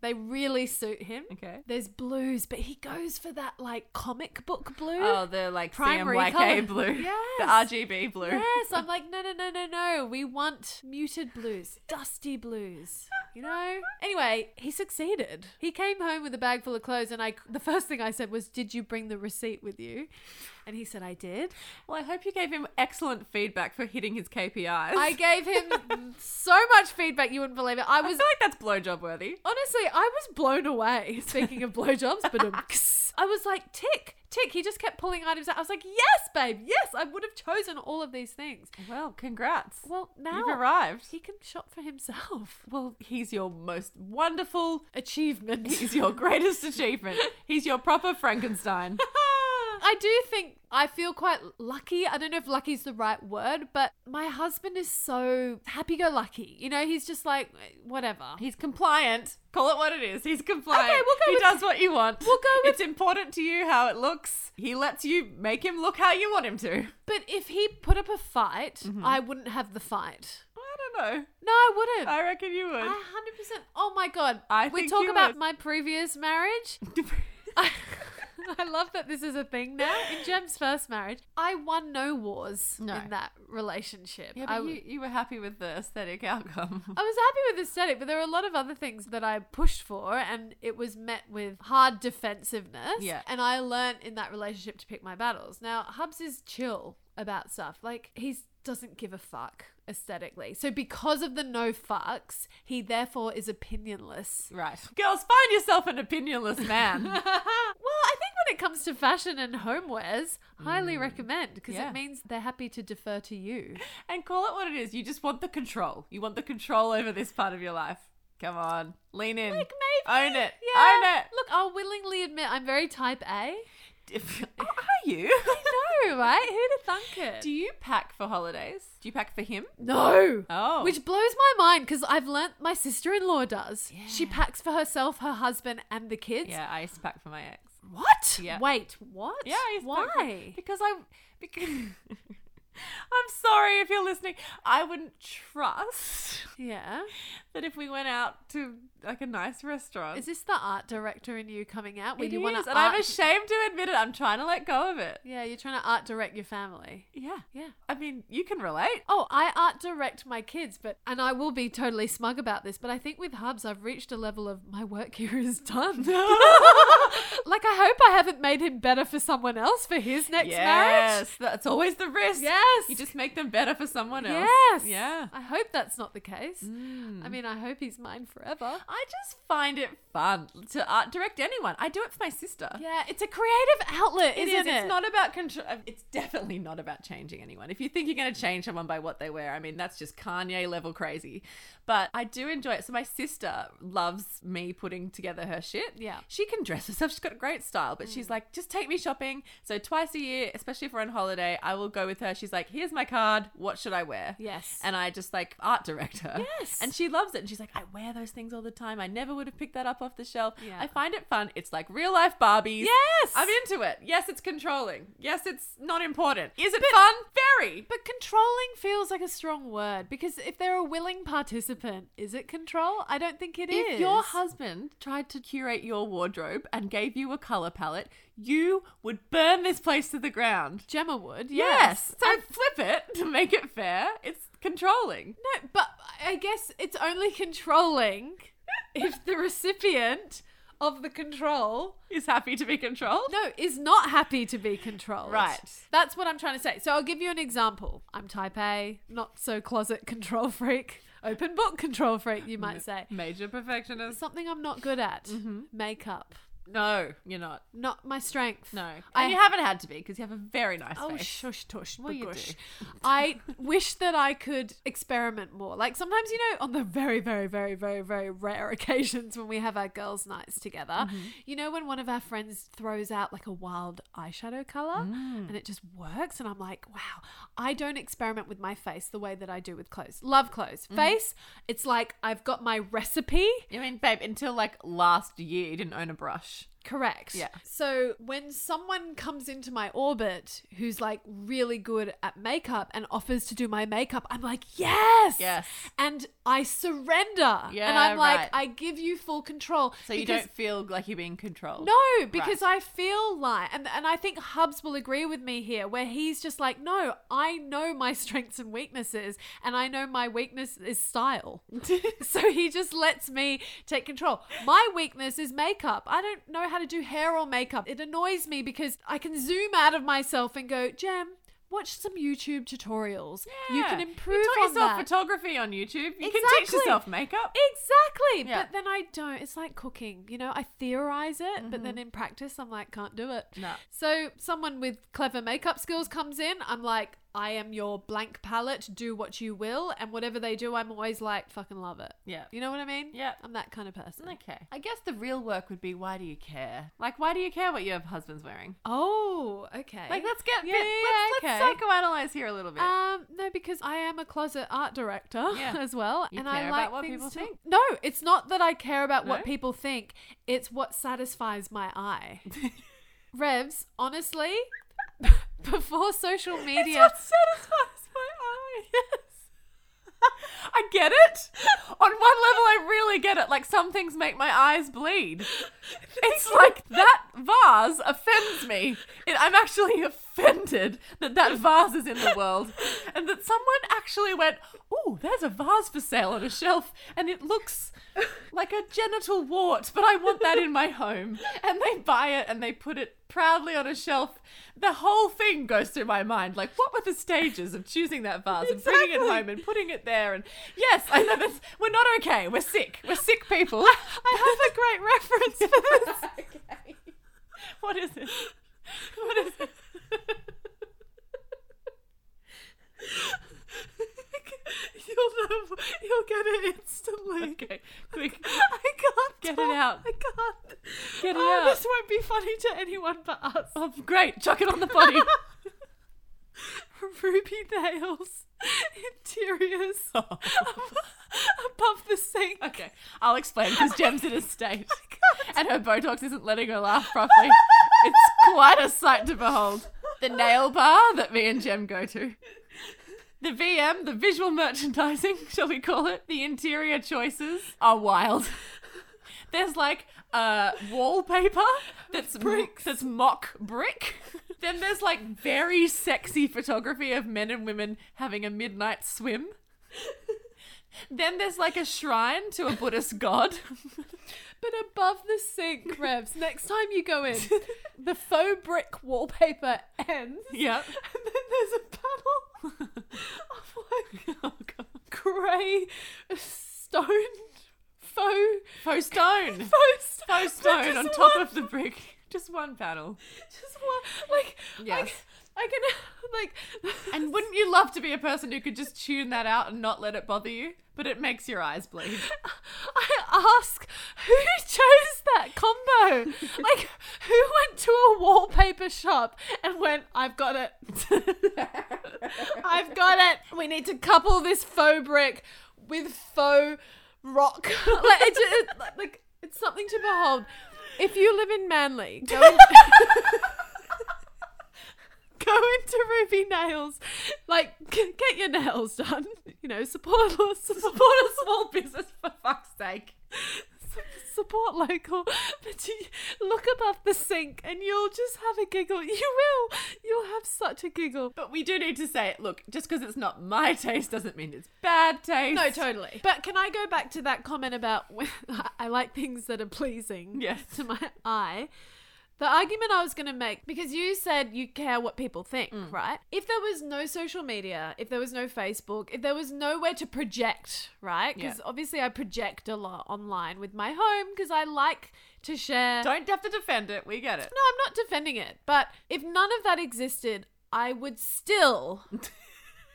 [SPEAKER 1] They really suit him.
[SPEAKER 2] Mm-hmm. Okay.
[SPEAKER 1] There's blues, but he goes for that like comic book blue.
[SPEAKER 2] Oh, the like
[SPEAKER 1] Primary
[SPEAKER 2] CMYK
[SPEAKER 1] colour.
[SPEAKER 2] blue. The
[SPEAKER 1] Yes.
[SPEAKER 2] RGB blue.
[SPEAKER 1] Yes, I'm like, no, no, no, no, no. We want muted blues, dusty blues. You know. Anyway, he succeeded. He came home with a bag full of clothes, and I. The first thing I said was, "Did you bring the receipt with you?" And he said, "I did."
[SPEAKER 2] Well, I hope you gave him excellent feedback for hitting his KPIs.
[SPEAKER 1] I gave him so much feedback you wouldn't believe it. I
[SPEAKER 2] I
[SPEAKER 1] was
[SPEAKER 2] feel like that's blowjob worthy.
[SPEAKER 1] honestly, I was blown away. Speaking of blowjobs, but um, I was like, tick, tick. He just kept pulling items out. I was like, yes, babe, yes. I would have chosen all of these things.
[SPEAKER 2] Well, congrats.
[SPEAKER 1] Well, now
[SPEAKER 2] You've arrived.
[SPEAKER 1] he can shop for himself.
[SPEAKER 2] well, he's your most wonderful,
[SPEAKER 1] achievement.
[SPEAKER 2] he's your greatest achievement. He's your proper Frankenstein.
[SPEAKER 1] I do think I feel quite lucky. I don't know if lucky is the right word, but my husband is so happy go lucky. You know, he's just like, whatever.
[SPEAKER 2] He's compliant. Call it what it is. He's compliant.
[SPEAKER 1] Okay, we'll go
[SPEAKER 2] he
[SPEAKER 1] with-
[SPEAKER 2] does what you want.
[SPEAKER 1] We'll go with-
[SPEAKER 2] It's important to you how it looks. He lets you make him look how you want him to.
[SPEAKER 1] But if he put up a fight,
[SPEAKER 2] Mm-hmm.
[SPEAKER 1] I wouldn't have the fight.
[SPEAKER 2] I don't know.
[SPEAKER 1] No, I wouldn't. I
[SPEAKER 2] I reckon you would.
[SPEAKER 1] 100%. Oh my God.
[SPEAKER 2] I
[SPEAKER 1] we
[SPEAKER 2] think
[SPEAKER 1] talk
[SPEAKER 2] you
[SPEAKER 1] about
[SPEAKER 2] would.
[SPEAKER 1] my previous marriage. I, I love that this is a thing now. In Jem's first marriage, I won no wars
[SPEAKER 2] No.
[SPEAKER 1] in that relationship.
[SPEAKER 2] yeah,
[SPEAKER 1] I,
[SPEAKER 2] but you, you were happy with the aesthetic outcome.
[SPEAKER 1] I was happy with aesthetic, but there were a lot of other things that I pushed for, and it was met with hard defensiveness.
[SPEAKER 2] Yeah.
[SPEAKER 1] And I learned in that relationship to pick my battles. Now, Hubs is chill about stuff. Like, he doesn't give a fuck aesthetically. So, because of the no fucks, he therefore is opinionless.
[SPEAKER 2] Right. Girls, find yourself an opinionless man.
[SPEAKER 1] Well, I think when it comes to fashion and homewares, highly recommend because
[SPEAKER 2] Yeah.
[SPEAKER 1] it means they're happy to defer to you.
[SPEAKER 2] and call it what it is. You just want the control. You want the control over this part of your life. Come on. Lean in.
[SPEAKER 1] Like, maybe.
[SPEAKER 2] Own it.
[SPEAKER 1] Yeah.
[SPEAKER 2] Own it.
[SPEAKER 1] Look, I'll willingly admit I'm very type A.
[SPEAKER 2] If, oh, are you?
[SPEAKER 1] No, right? Who'd have thunk it?
[SPEAKER 2] Do you pack for holidays? Do you pack for him?
[SPEAKER 1] no.
[SPEAKER 2] Oh.
[SPEAKER 1] Which blows my mind because I've learnt my sister in law does. She packs for herself, her husband, and the kids.
[SPEAKER 2] Yeah, I used to pack for my ex.
[SPEAKER 1] What?
[SPEAKER 2] Yeah.
[SPEAKER 1] Wait, what?
[SPEAKER 2] Yeah, I used to pack for-
[SPEAKER 1] Why?
[SPEAKER 2] because I because I'm sorry if you're listening. I wouldn't trust
[SPEAKER 1] Yeah.
[SPEAKER 2] that if we went out to like a nice restaurant.
[SPEAKER 1] Is this the art director in you coming out where
[SPEAKER 2] It
[SPEAKER 1] you
[SPEAKER 2] is,
[SPEAKER 1] want to
[SPEAKER 2] and
[SPEAKER 1] art?
[SPEAKER 2] I'm ashamed to admit it. I'm trying to let go of it.
[SPEAKER 1] yeah, you're trying to art direct your family.
[SPEAKER 2] Yeah.
[SPEAKER 1] Yeah.
[SPEAKER 2] I mean, you can relate.
[SPEAKER 1] Oh, I art direct my kids, but and I will be totally smug about this, but I think with hubs I've reached a level of my work here is done. like I hope I haven't made him better for someone else for his next marriage.
[SPEAKER 2] Yes, that's always the risk.
[SPEAKER 1] Yes.
[SPEAKER 2] You just make them better for someone else.
[SPEAKER 1] Yes.
[SPEAKER 2] Yeah. Mm.
[SPEAKER 1] I hope that's not the case. I mean, I hope he's mine forever.
[SPEAKER 2] I just find it fun to art direct anyone. I do it for my sister.
[SPEAKER 1] Yeah, it's a creative outlet,
[SPEAKER 2] Uh, It
[SPEAKER 1] isn't
[SPEAKER 2] is.
[SPEAKER 1] it?
[SPEAKER 2] It's not about control. It's definitely not about changing anyone. If you think you're going to change someone by what they wear, I mean, that's just Kanye level crazy. But I do enjoy it. So my sister loves me putting together her shit.
[SPEAKER 1] Yeah. Mm.
[SPEAKER 2] She can dress herself. She's got a great style, but she's like, just take me shopping. So twice a year, especially if we're on holiday, I will go with her. She's like, here's my card. What should I wear?
[SPEAKER 1] Yes.
[SPEAKER 2] And I just like art direct her.
[SPEAKER 1] Yes.
[SPEAKER 2] And she loves it. And she's like, I wear those things all the time. I never would have picked that up off the shelf.
[SPEAKER 1] Yeah.
[SPEAKER 2] I find it fun. It's like real life Barbies.
[SPEAKER 1] Yes.
[SPEAKER 2] I'm into it. Yes, it's controlling. Yes, it's not important. Is it fun? Very.
[SPEAKER 1] But controlling feels like a strong word because if they're a willing participant, is it control? I don't think it is.
[SPEAKER 2] If your husband tried to curate your wardrobe and gave you a color palette, you would burn this place to the ground.
[SPEAKER 1] Gemma would,
[SPEAKER 2] Yes.
[SPEAKER 1] yes.
[SPEAKER 2] So flip it to make it fair. It's controlling.
[SPEAKER 1] No, but I guess it's only controlling if the recipient of the control
[SPEAKER 2] Is happy to be controlled.
[SPEAKER 1] no is not happy to be controlled.
[SPEAKER 2] Right.
[SPEAKER 1] That's what I'm trying to say. So I'll give you an example. I'm type A, not so closet control freak, open book control freak, you might say.
[SPEAKER 2] Major perfectionist.
[SPEAKER 1] Something I'm not good at.
[SPEAKER 2] Mm-hmm.
[SPEAKER 1] Makeup.
[SPEAKER 2] No, you're not.
[SPEAKER 1] Not my strength.
[SPEAKER 2] No. And
[SPEAKER 1] I
[SPEAKER 2] you haven't had to be because you have a very nice
[SPEAKER 1] Oh,
[SPEAKER 2] face.
[SPEAKER 1] shush, tush,
[SPEAKER 2] Well, you
[SPEAKER 1] bagush.
[SPEAKER 2] do.
[SPEAKER 1] I wish that I could experiment more. Like sometimes, you know, on the very, very, very, very, very rare occasions when we have our girls' nights together, you know, when one of our friends throws out like a wild eyeshadow color and it just works, and I'm like, wow, I don't experiment with my face the way that I do with clothes. Love clothes. Face, it's like I've got my recipe.
[SPEAKER 2] I mean, babe, until like last year, you didn't own a brush.
[SPEAKER 1] Correct.
[SPEAKER 2] Yeah.
[SPEAKER 1] So when someone comes into my orbit who's like really good at makeup and offers to do my makeup, I'm like, yes.
[SPEAKER 2] Yes.
[SPEAKER 1] And I surrender. And
[SPEAKER 2] Yeah,
[SPEAKER 1] I'm like,
[SPEAKER 2] right.
[SPEAKER 1] I give you full control.
[SPEAKER 2] So you
[SPEAKER 1] because-
[SPEAKER 2] don't feel like you're being controlled.
[SPEAKER 1] No, because I feel like, and, and I think Hubs will agree with me here, where he's just like, no, I know my strengths and weaknesses, and I know my weakness is style. so he just lets me take control. My weakness is makeup. I don't know how to do hair or makeup. It annoys me because I can zoom out of myself and go, Jem, watch some YouTube tutorials. You can
[SPEAKER 2] Yeah.
[SPEAKER 1] improve
[SPEAKER 2] You taught
[SPEAKER 1] on
[SPEAKER 2] yourself
[SPEAKER 1] that.
[SPEAKER 2] photography on YouTube. You can teach
[SPEAKER 1] Exactly.
[SPEAKER 2] yourself makeup.
[SPEAKER 1] Exactly.
[SPEAKER 2] Yeah.
[SPEAKER 1] But then I don't. It's like cooking. You know, I theorize it, but
[SPEAKER 2] Mm-hmm.
[SPEAKER 1] then in practice, I'm like, can't do it.
[SPEAKER 2] No.
[SPEAKER 1] So someone with clever makeup skills comes in. I'm like, I am your blank palette. Do what you will. And whatever they do, I'm always like, fucking love it.
[SPEAKER 2] Yeah.
[SPEAKER 1] You know what I mean?
[SPEAKER 2] Yeah.
[SPEAKER 1] I'm that kind of person.
[SPEAKER 2] Okay. I guess the real work would be why do you care? Like, why do you care what your husband's wearing? Eh?
[SPEAKER 1] Oh, okay.
[SPEAKER 2] Like, let's get
[SPEAKER 1] Yeah,
[SPEAKER 2] bit, let's,
[SPEAKER 1] yeah,
[SPEAKER 2] let's
[SPEAKER 1] okay.
[SPEAKER 2] psychoanalyze here a little bit.
[SPEAKER 1] Um, no, because I am a closet art director
[SPEAKER 2] Yeah.
[SPEAKER 1] as well,
[SPEAKER 2] You
[SPEAKER 1] and
[SPEAKER 2] care
[SPEAKER 1] I
[SPEAKER 2] about
[SPEAKER 1] like
[SPEAKER 2] what
[SPEAKER 1] things
[SPEAKER 2] people
[SPEAKER 1] to-
[SPEAKER 2] think?
[SPEAKER 1] No, it's not that I care about
[SPEAKER 2] No?
[SPEAKER 1] what people think; it's what satisfies my eye. Revs, honestly, before social
[SPEAKER 2] It's
[SPEAKER 1] media,
[SPEAKER 2] what satisfies my eye. I get it. On one level, I really get it. Like some things make my eyes bleed. It's like that vase offends me. It, I'm actually offended that that vase is in the world, and that someone actually went, "Oh, there's a vase for sale on a shelf, and it looks like a genital wart, but I want that in my home." And they buy it and they put it proudly on a shelf. The whole thing goes through my mind. Like, what were the stages of choosing that vase and bringing it home and putting it there? And yes, I know this. We're not okay. We're sick. We're sick people. I have a great reference for this. okay. What is it? What is it? You'll know. You'll get it instantly. Okay, quick. I can't get it out. I can't get it out. Oh, This won't be funny to anyone but us. Oh, great! Chuck it on the body.
[SPEAKER 1] Ruby Nails interiors above the sink. Oh
[SPEAKER 2] Oh. Okay, I'll explain because Jem's in a state. And her Botox isn't letting her laugh properly. it's quite a sight to behold. The nail bar that me and Jem go to. The VM, the visual merchandising, shall we call it, the interior choices are wild. There's like uh, wallpaper that's brick, that's mock brick. Then there's like very sexy photography of men and women having a midnight swim. Then there's like a shrine to a Buddhist god.
[SPEAKER 1] But above the sink, Revs, next time you go in, the faux brick wallpaper ends.
[SPEAKER 2] yep.
[SPEAKER 1] And then there's a panel of like
[SPEAKER 2] Oh god.
[SPEAKER 1] grey stone faux
[SPEAKER 2] Faux stone.
[SPEAKER 1] faux stone,
[SPEAKER 2] Faux
[SPEAKER 1] but
[SPEAKER 2] stone on
[SPEAKER 1] just
[SPEAKER 2] top
[SPEAKER 1] one-
[SPEAKER 2] of the brick. Just one panel.
[SPEAKER 1] just one like like
[SPEAKER 2] Yes.
[SPEAKER 1] I can like
[SPEAKER 2] And wouldn't you love to be a person who could just tune that out and not let it bother you? But it makes your eyes bleed.
[SPEAKER 1] I ask who chose that combo? like, who went to a wallpaper shop and went, I've got it. I've got it. We need to couple this faux brick with faux rock. like, it, ju- it, like, it's something to behold. If you live in Manly, go, in- go into Ruby Nails. Like, g- get your nails done. You know, support us. Support a small business
[SPEAKER 2] For fuck's sake.
[SPEAKER 1] support local but you look above the sink and you'll just have a giggle you will you'll have such a giggle
[SPEAKER 2] But we do need to say, look, just because it's not my taste doesn't mean it's bad taste.
[SPEAKER 1] no totally but can i go back to that comment about when i like things that are pleasing
[SPEAKER 2] Yes.
[SPEAKER 1] to my eye the argument i was going to make because you said you care what people think right if there was no social media if there was no facebook if there was nowhere to project right because
[SPEAKER 2] Yeah.
[SPEAKER 1] obviously i project a lot online with my home because i like to share
[SPEAKER 2] Don't have to defend it. We get it.
[SPEAKER 1] No, I'm not defending it, but if none of that existed, I would still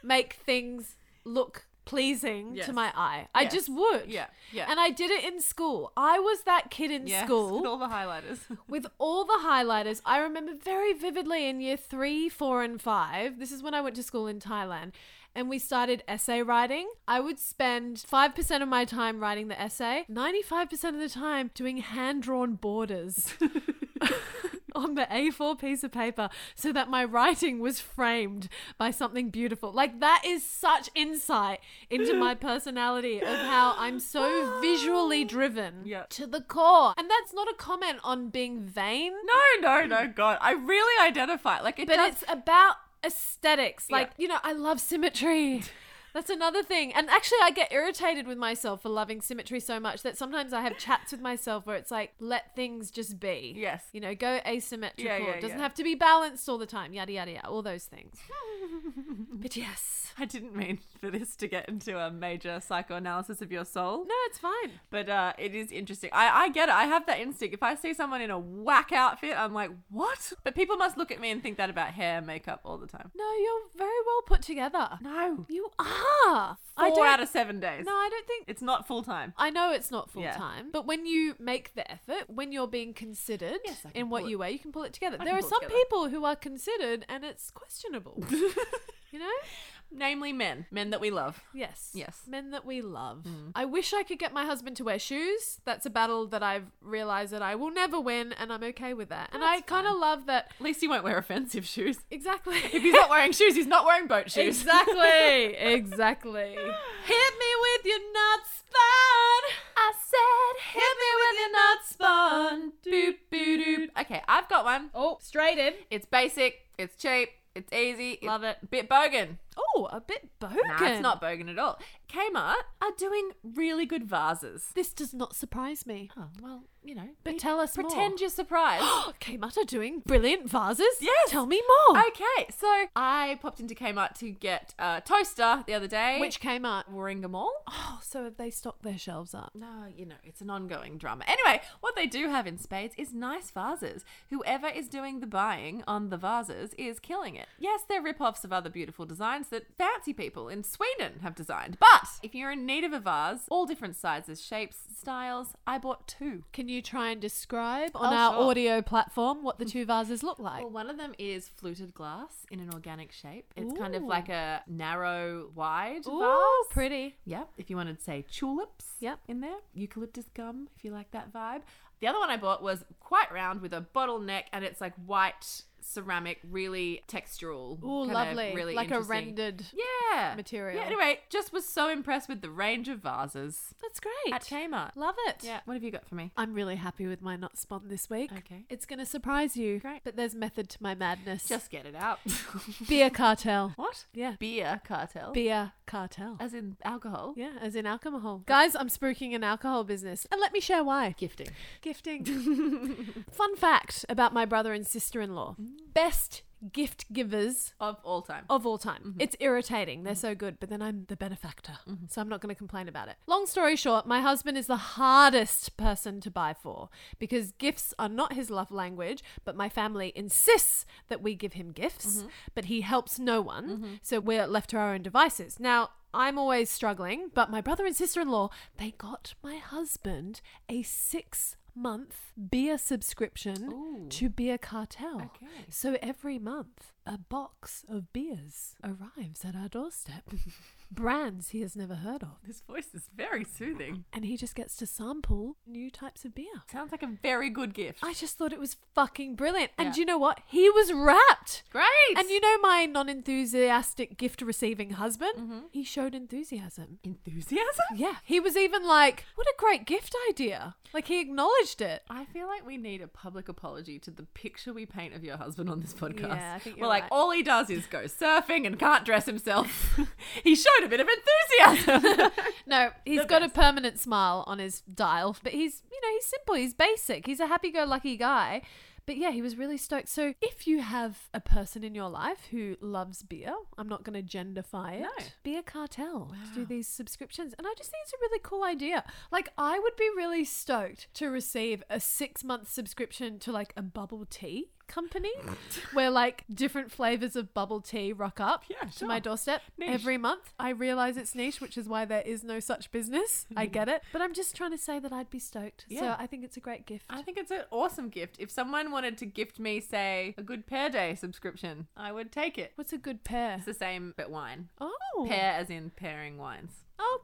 [SPEAKER 1] make things look pleasing
[SPEAKER 2] Yes.
[SPEAKER 1] to my eye. I
[SPEAKER 2] Yes.
[SPEAKER 1] just would.
[SPEAKER 2] Yeah, yeah.
[SPEAKER 1] And I did it in school. I was that kid in
[SPEAKER 2] Yes,
[SPEAKER 1] school
[SPEAKER 2] and all the highlighters.
[SPEAKER 1] with all the highlighters. I remember very vividly in year three, four, and five. This is when I went to school in Thailand and we started essay writing. I would spend 5% of my time writing the essay, 95% of the time doing hand drawn borders. On the A4 piece of paper, so that my writing was framed by something beautiful. Like, that is such insight into my personality of how I'm so visually driven
[SPEAKER 2] Yeah.
[SPEAKER 1] to the core. And that's not a comment on being vain,
[SPEAKER 2] No, no, no, God. I really identify. Like, it
[SPEAKER 1] but
[SPEAKER 2] does.
[SPEAKER 1] it's about aesthetics. Like,
[SPEAKER 2] Yeah.
[SPEAKER 1] you know, I love symmetry. That's another thing. And actually, I get irritated with myself for loving symmetry so much that sometimes I have chats with myself where it's like, let things just be.
[SPEAKER 2] Yes.
[SPEAKER 1] You know, go asymmetrical.
[SPEAKER 2] Yeah, yeah,
[SPEAKER 1] it doesn't
[SPEAKER 2] yeah.
[SPEAKER 1] have to be balanced all the time. Yada, yada, yada. All those things. but yes.
[SPEAKER 2] I didn't mean for this to get into a major psychoanalysis of your soul.
[SPEAKER 1] No, it's fine.
[SPEAKER 2] But uh, it is interesting. I, I get it. I have that instinct. If I see someone in a whack outfit, I'm like, what? But people must look at me and think that about hair, makeup all the time.
[SPEAKER 1] No, you're very well put together.
[SPEAKER 2] No.
[SPEAKER 1] You are. I
[SPEAKER 2] Four
[SPEAKER 1] don't,
[SPEAKER 2] out of seven days.
[SPEAKER 1] No, I don't think
[SPEAKER 2] It's not full time.
[SPEAKER 1] I know it's not full
[SPEAKER 2] Yeah.
[SPEAKER 1] time, but when you make the effort, when you're being considered
[SPEAKER 2] Yes, I can
[SPEAKER 1] in what
[SPEAKER 2] pull it-
[SPEAKER 1] you wear, you can pull it together.
[SPEAKER 2] I
[SPEAKER 1] there
[SPEAKER 2] can
[SPEAKER 1] are
[SPEAKER 2] pull it
[SPEAKER 1] some
[SPEAKER 2] together.
[SPEAKER 1] people who are considered and it's questionable. you know?
[SPEAKER 2] Namely, men. Men that we love.
[SPEAKER 1] Yes.
[SPEAKER 2] Yes. Mm.
[SPEAKER 1] Men that we love. I wish I could get my husband to wear shoes. That's a battle that I've realized that I will never win and I'm okay with that. And I kind of love that
[SPEAKER 2] At least he won't wear offensive shoes.
[SPEAKER 1] exactly.
[SPEAKER 2] If he's not wearing shoes, he's not wearing boat shoes.
[SPEAKER 1] Exactly. exactly. Hit me with your nut spot.
[SPEAKER 2] I said, hit me with your nut spun. Doop, doop, doop. Okay, I've got one.
[SPEAKER 1] Oh, straight in.
[SPEAKER 2] It's basic, it's cheap, it's easy.
[SPEAKER 1] Love
[SPEAKER 2] it's it. Bit bogan.
[SPEAKER 1] Oh, a bit bogan.
[SPEAKER 2] Nah, it's not bogan at all. Kmart are doing really good vases.
[SPEAKER 1] This does not surprise me.
[SPEAKER 2] Oh, well, you know.
[SPEAKER 1] But
[SPEAKER 2] be-
[SPEAKER 1] tell us more.
[SPEAKER 2] Pretend you're surprised.
[SPEAKER 1] Kmart are doing brilliant vases.
[SPEAKER 2] Yes.
[SPEAKER 1] Tell me more.
[SPEAKER 2] okay, so I popped into Kmart to get a toaster the other day.
[SPEAKER 1] Which Kmart?
[SPEAKER 2] Warringah Mall.
[SPEAKER 1] Oh, so have they stocked their shelves up?
[SPEAKER 2] No, you know, it's an ongoing drama. Anyway, what they do have in spades is nice vases. Whoever is doing the buying on the vases is killing it. Yes, they're rip-offs of other beautiful designs that fancy people in Sweden have designed. But if you're in need of a vase, all different sizes, shapes, styles, I bought two.
[SPEAKER 1] Can you try and describe on
[SPEAKER 2] Oh,
[SPEAKER 1] our
[SPEAKER 2] sure.
[SPEAKER 1] audio platform what the two vases look like?
[SPEAKER 2] Well, one of them is fluted glass in an organic shape. It's kind of
[SPEAKER 1] Ooh.
[SPEAKER 2] like a narrow, wide
[SPEAKER 1] Ooh,
[SPEAKER 2] vase.
[SPEAKER 1] pretty.
[SPEAKER 2] Yep. If you wanted to say tulips
[SPEAKER 1] Yep.
[SPEAKER 2] in there, eucalyptus gum, if you like that vibe. The other one I bought was quite round with a bottleneck and it's like white ceramic, really textural.
[SPEAKER 1] Oh,
[SPEAKER 2] kinda
[SPEAKER 1] lovely.
[SPEAKER 2] Really
[SPEAKER 1] like a
[SPEAKER 2] interesting-
[SPEAKER 1] rendered.
[SPEAKER 2] yeah
[SPEAKER 1] material.
[SPEAKER 2] Yeah, anyway, just was so impressed with the range of vases
[SPEAKER 1] That's great.
[SPEAKER 2] at Kmart.
[SPEAKER 1] Love it.
[SPEAKER 2] Yeah. What have you got for me?
[SPEAKER 1] I'm really happy with my not spawn this week.
[SPEAKER 2] Okay.
[SPEAKER 1] It's going to surprise you.
[SPEAKER 2] Great.
[SPEAKER 1] But there's method to my madness.
[SPEAKER 2] Just get it out.
[SPEAKER 1] beer cartel.
[SPEAKER 2] what?
[SPEAKER 1] Yeah.
[SPEAKER 2] Beer Uh, cartel.
[SPEAKER 1] Beer cartel.
[SPEAKER 2] As in alcohol.
[SPEAKER 1] yeah, as in alcohol. Guys, I'm spooking an alcohol business. And let me share why.
[SPEAKER 2] Gifting.
[SPEAKER 1] Gifting. Fun fact about my brother and sister in law best gift givers
[SPEAKER 2] Of all time. Mm-hmm.
[SPEAKER 1] of all time. It's irritating. They're so good, but then I'm the benefactor. So I'm not going to complain about it. Long story short, my husband is the hardest person to buy for because gifts are not his love language, but my family insists that we give him gifts,
[SPEAKER 2] Mm-hmm.
[SPEAKER 1] but he helps no one. So we're left to our own devices. Now, I'm always struggling, but my brother and sister in law, they got my husband a six month beer subscription
[SPEAKER 2] Ooh.
[SPEAKER 1] to Beer Cartel.
[SPEAKER 2] Okay.
[SPEAKER 1] So every month, a box of beers arrives at our doorstep, brands he has never heard of,
[SPEAKER 2] This voice is very soothing.
[SPEAKER 1] and he just gets to sample new types of beer.
[SPEAKER 2] Sounds like a very good gift.
[SPEAKER 1] I just thought it was fucking brilliant. And
[SPEAKER 2] Yeah.
[SPEAKER 1] do you know what? He was wrapped.
[SPEAKER 2] Great.
[SPEAKER 1] And you know my non enthusiastic gift receiving husband?
[SPEAKER 2] Mm-hmm.
[SPEAKER 1] He showed enthusiasm.
[SPEAKER 2] enthusiasm?
[SPEAKER 1] Yeah. He was even like, what a great gift idea. Like he acknowledged it.
[SPEAKER 2] I feel like we need a public apology to the picture we paint of your husband on this podcast.
[SPEAKER 1] Yeah, I think
[SPEAKER 2] We're
[SPEAKER 1] you're
[SPEAKER 2] like,
[SPEAKER 1] right.
[SPEAKER 2] all he does is go surfing and can't dress himself. he showed a bit of enthusiasm.
[SPEAKER 1] No, he's got a permanent smile on his dial, but he's, you know, he's simple, he's basic, he's a happy go lucky guy. But yeah, he was really stoked. So if you have a person in your life who loves beer, I'm not going to genderfy it.
[SPEAKER 2] No.
[SPEAKER 1] Beer cartel to do these subscriptions. And I just think it's a really cool idea. Like, I would be really stoked to receive a six month subscription to like a bubble tea company where like different flavors of bubble tea rock up
[SPEAKER 2] Yeah,
[SPEAKER 1] to my
[SPEAKER 2] sure.
[SPEAKER 1] doorstep
[SPEAKER 2] Niche.
[SPEAKER 1] every month. I realize it's niche, which is why there is no such business. I get it. But I'm just trying to say that I'd be stoked.
[SPEAKER 2] Mm-hmm. Yeah.
[SPEAKER 1] So I think it's a great gift.
[SPEAKER 2] I think it's an awesome gift. If someone wanted to gift me, say, a good pear day subscription, I would take it.
[SPEAKER 1] What's a good pair?
[SPEAKER 2] It's the same, but wine.
[SPEAKER 1] Oh.
[SPEAKER 2] Pear as in pairing wines.
[SPEAKER 1] Oh,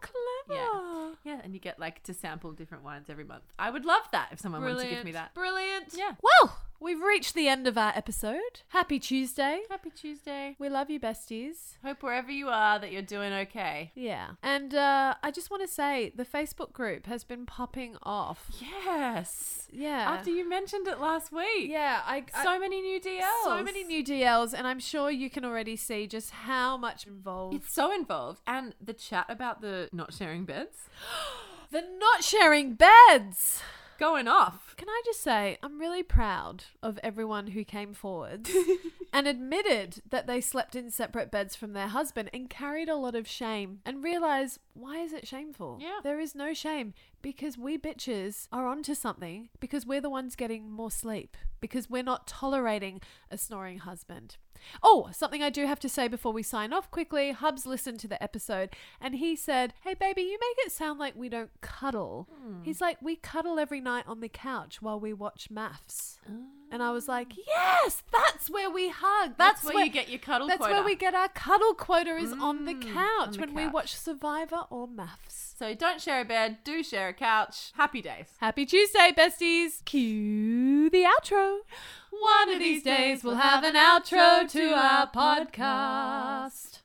[SPEAKER 1] clever.
[SPEAKER 2] Yeah, and you get like to sample different wines every month. I would love that if someone wanted to give me that.
[SPEAKER 1] Brilliant.
[SPEAKER 2] Yeah.
[SPEAKER 1] Well, we've reached the end of our episode. Happy Tuesday.
[SPEAKER 2] Happy Tuesday.
[SPEAKER 1] We love you, besties.
[SPEAKER 2] Hope wherever you are that you're doing okay.
[SPEAKER 1] Yeah. And uh, I just want to say the Facebook group has been popping off.
[SPEAKER 2] Yes.
[SPEAKER 1] Yeah.
[SPEAKER 2] After you mentioned it last week.
[SPEAKER 1] yeah, I, I
[SPEAKER 2] So many new DLs.
[SPEAKER 1] so many new DLs, and I'm sure you can already see just how much involved
[SPEAKER 2] It's so involved. And the chat about the not sharing beds
[SPEAKER 1] the not sharing beds.
[SPEAKER 2] going off.
[SPEAKER 1] Can I just say, I'm really proud of everyone who came forward and admitted that they slept in separate beds from their husband and carried a lot of shame and realize why is it shameful?
[SPEAKER 2] Yeah.
[SPEAKER 1] There is no shame because we bitches are onto something because we're the ones getting more sleep because we're not tolerating a snoring husband. Oh, something I do have to say before we sign off quickly. Hubs listened to the episode and he said, Hey, baby, you make it sound like we don't cuddle.
[SPEAKER 2] Hmm.
[SPEAKER 1] He's like, We cuddle every night on the couch while we watch maths.
[SPEAKER 2] Ah.
[SPEAKER 1] And I was like, Yes, that's where we hug. That's,
[SPEAKER 2] That's, where, you get your cuddle
[SPEAKER 1] That's
[SPEAKER 2] quota.
[SPEAKER 1] where we get our cuddle quota is on the
[SPEAKER 2] Mm,
[SPEAKER 1] couch
[SPEAKER 2] on the
[SPEAKER 1] when we
[SPEAKER 2] couch.
[SPEAKER 1] watch Survivor or maths.
[SPEAKER 2] So don't share a bed, do share a couch. Happy days.
[SPEAKER 1] Happy Tuesday, besties. Cue the outro.
[SPEAKER 2] One
[SPEAKER 1] One of these days we'll have an outro to our podcast.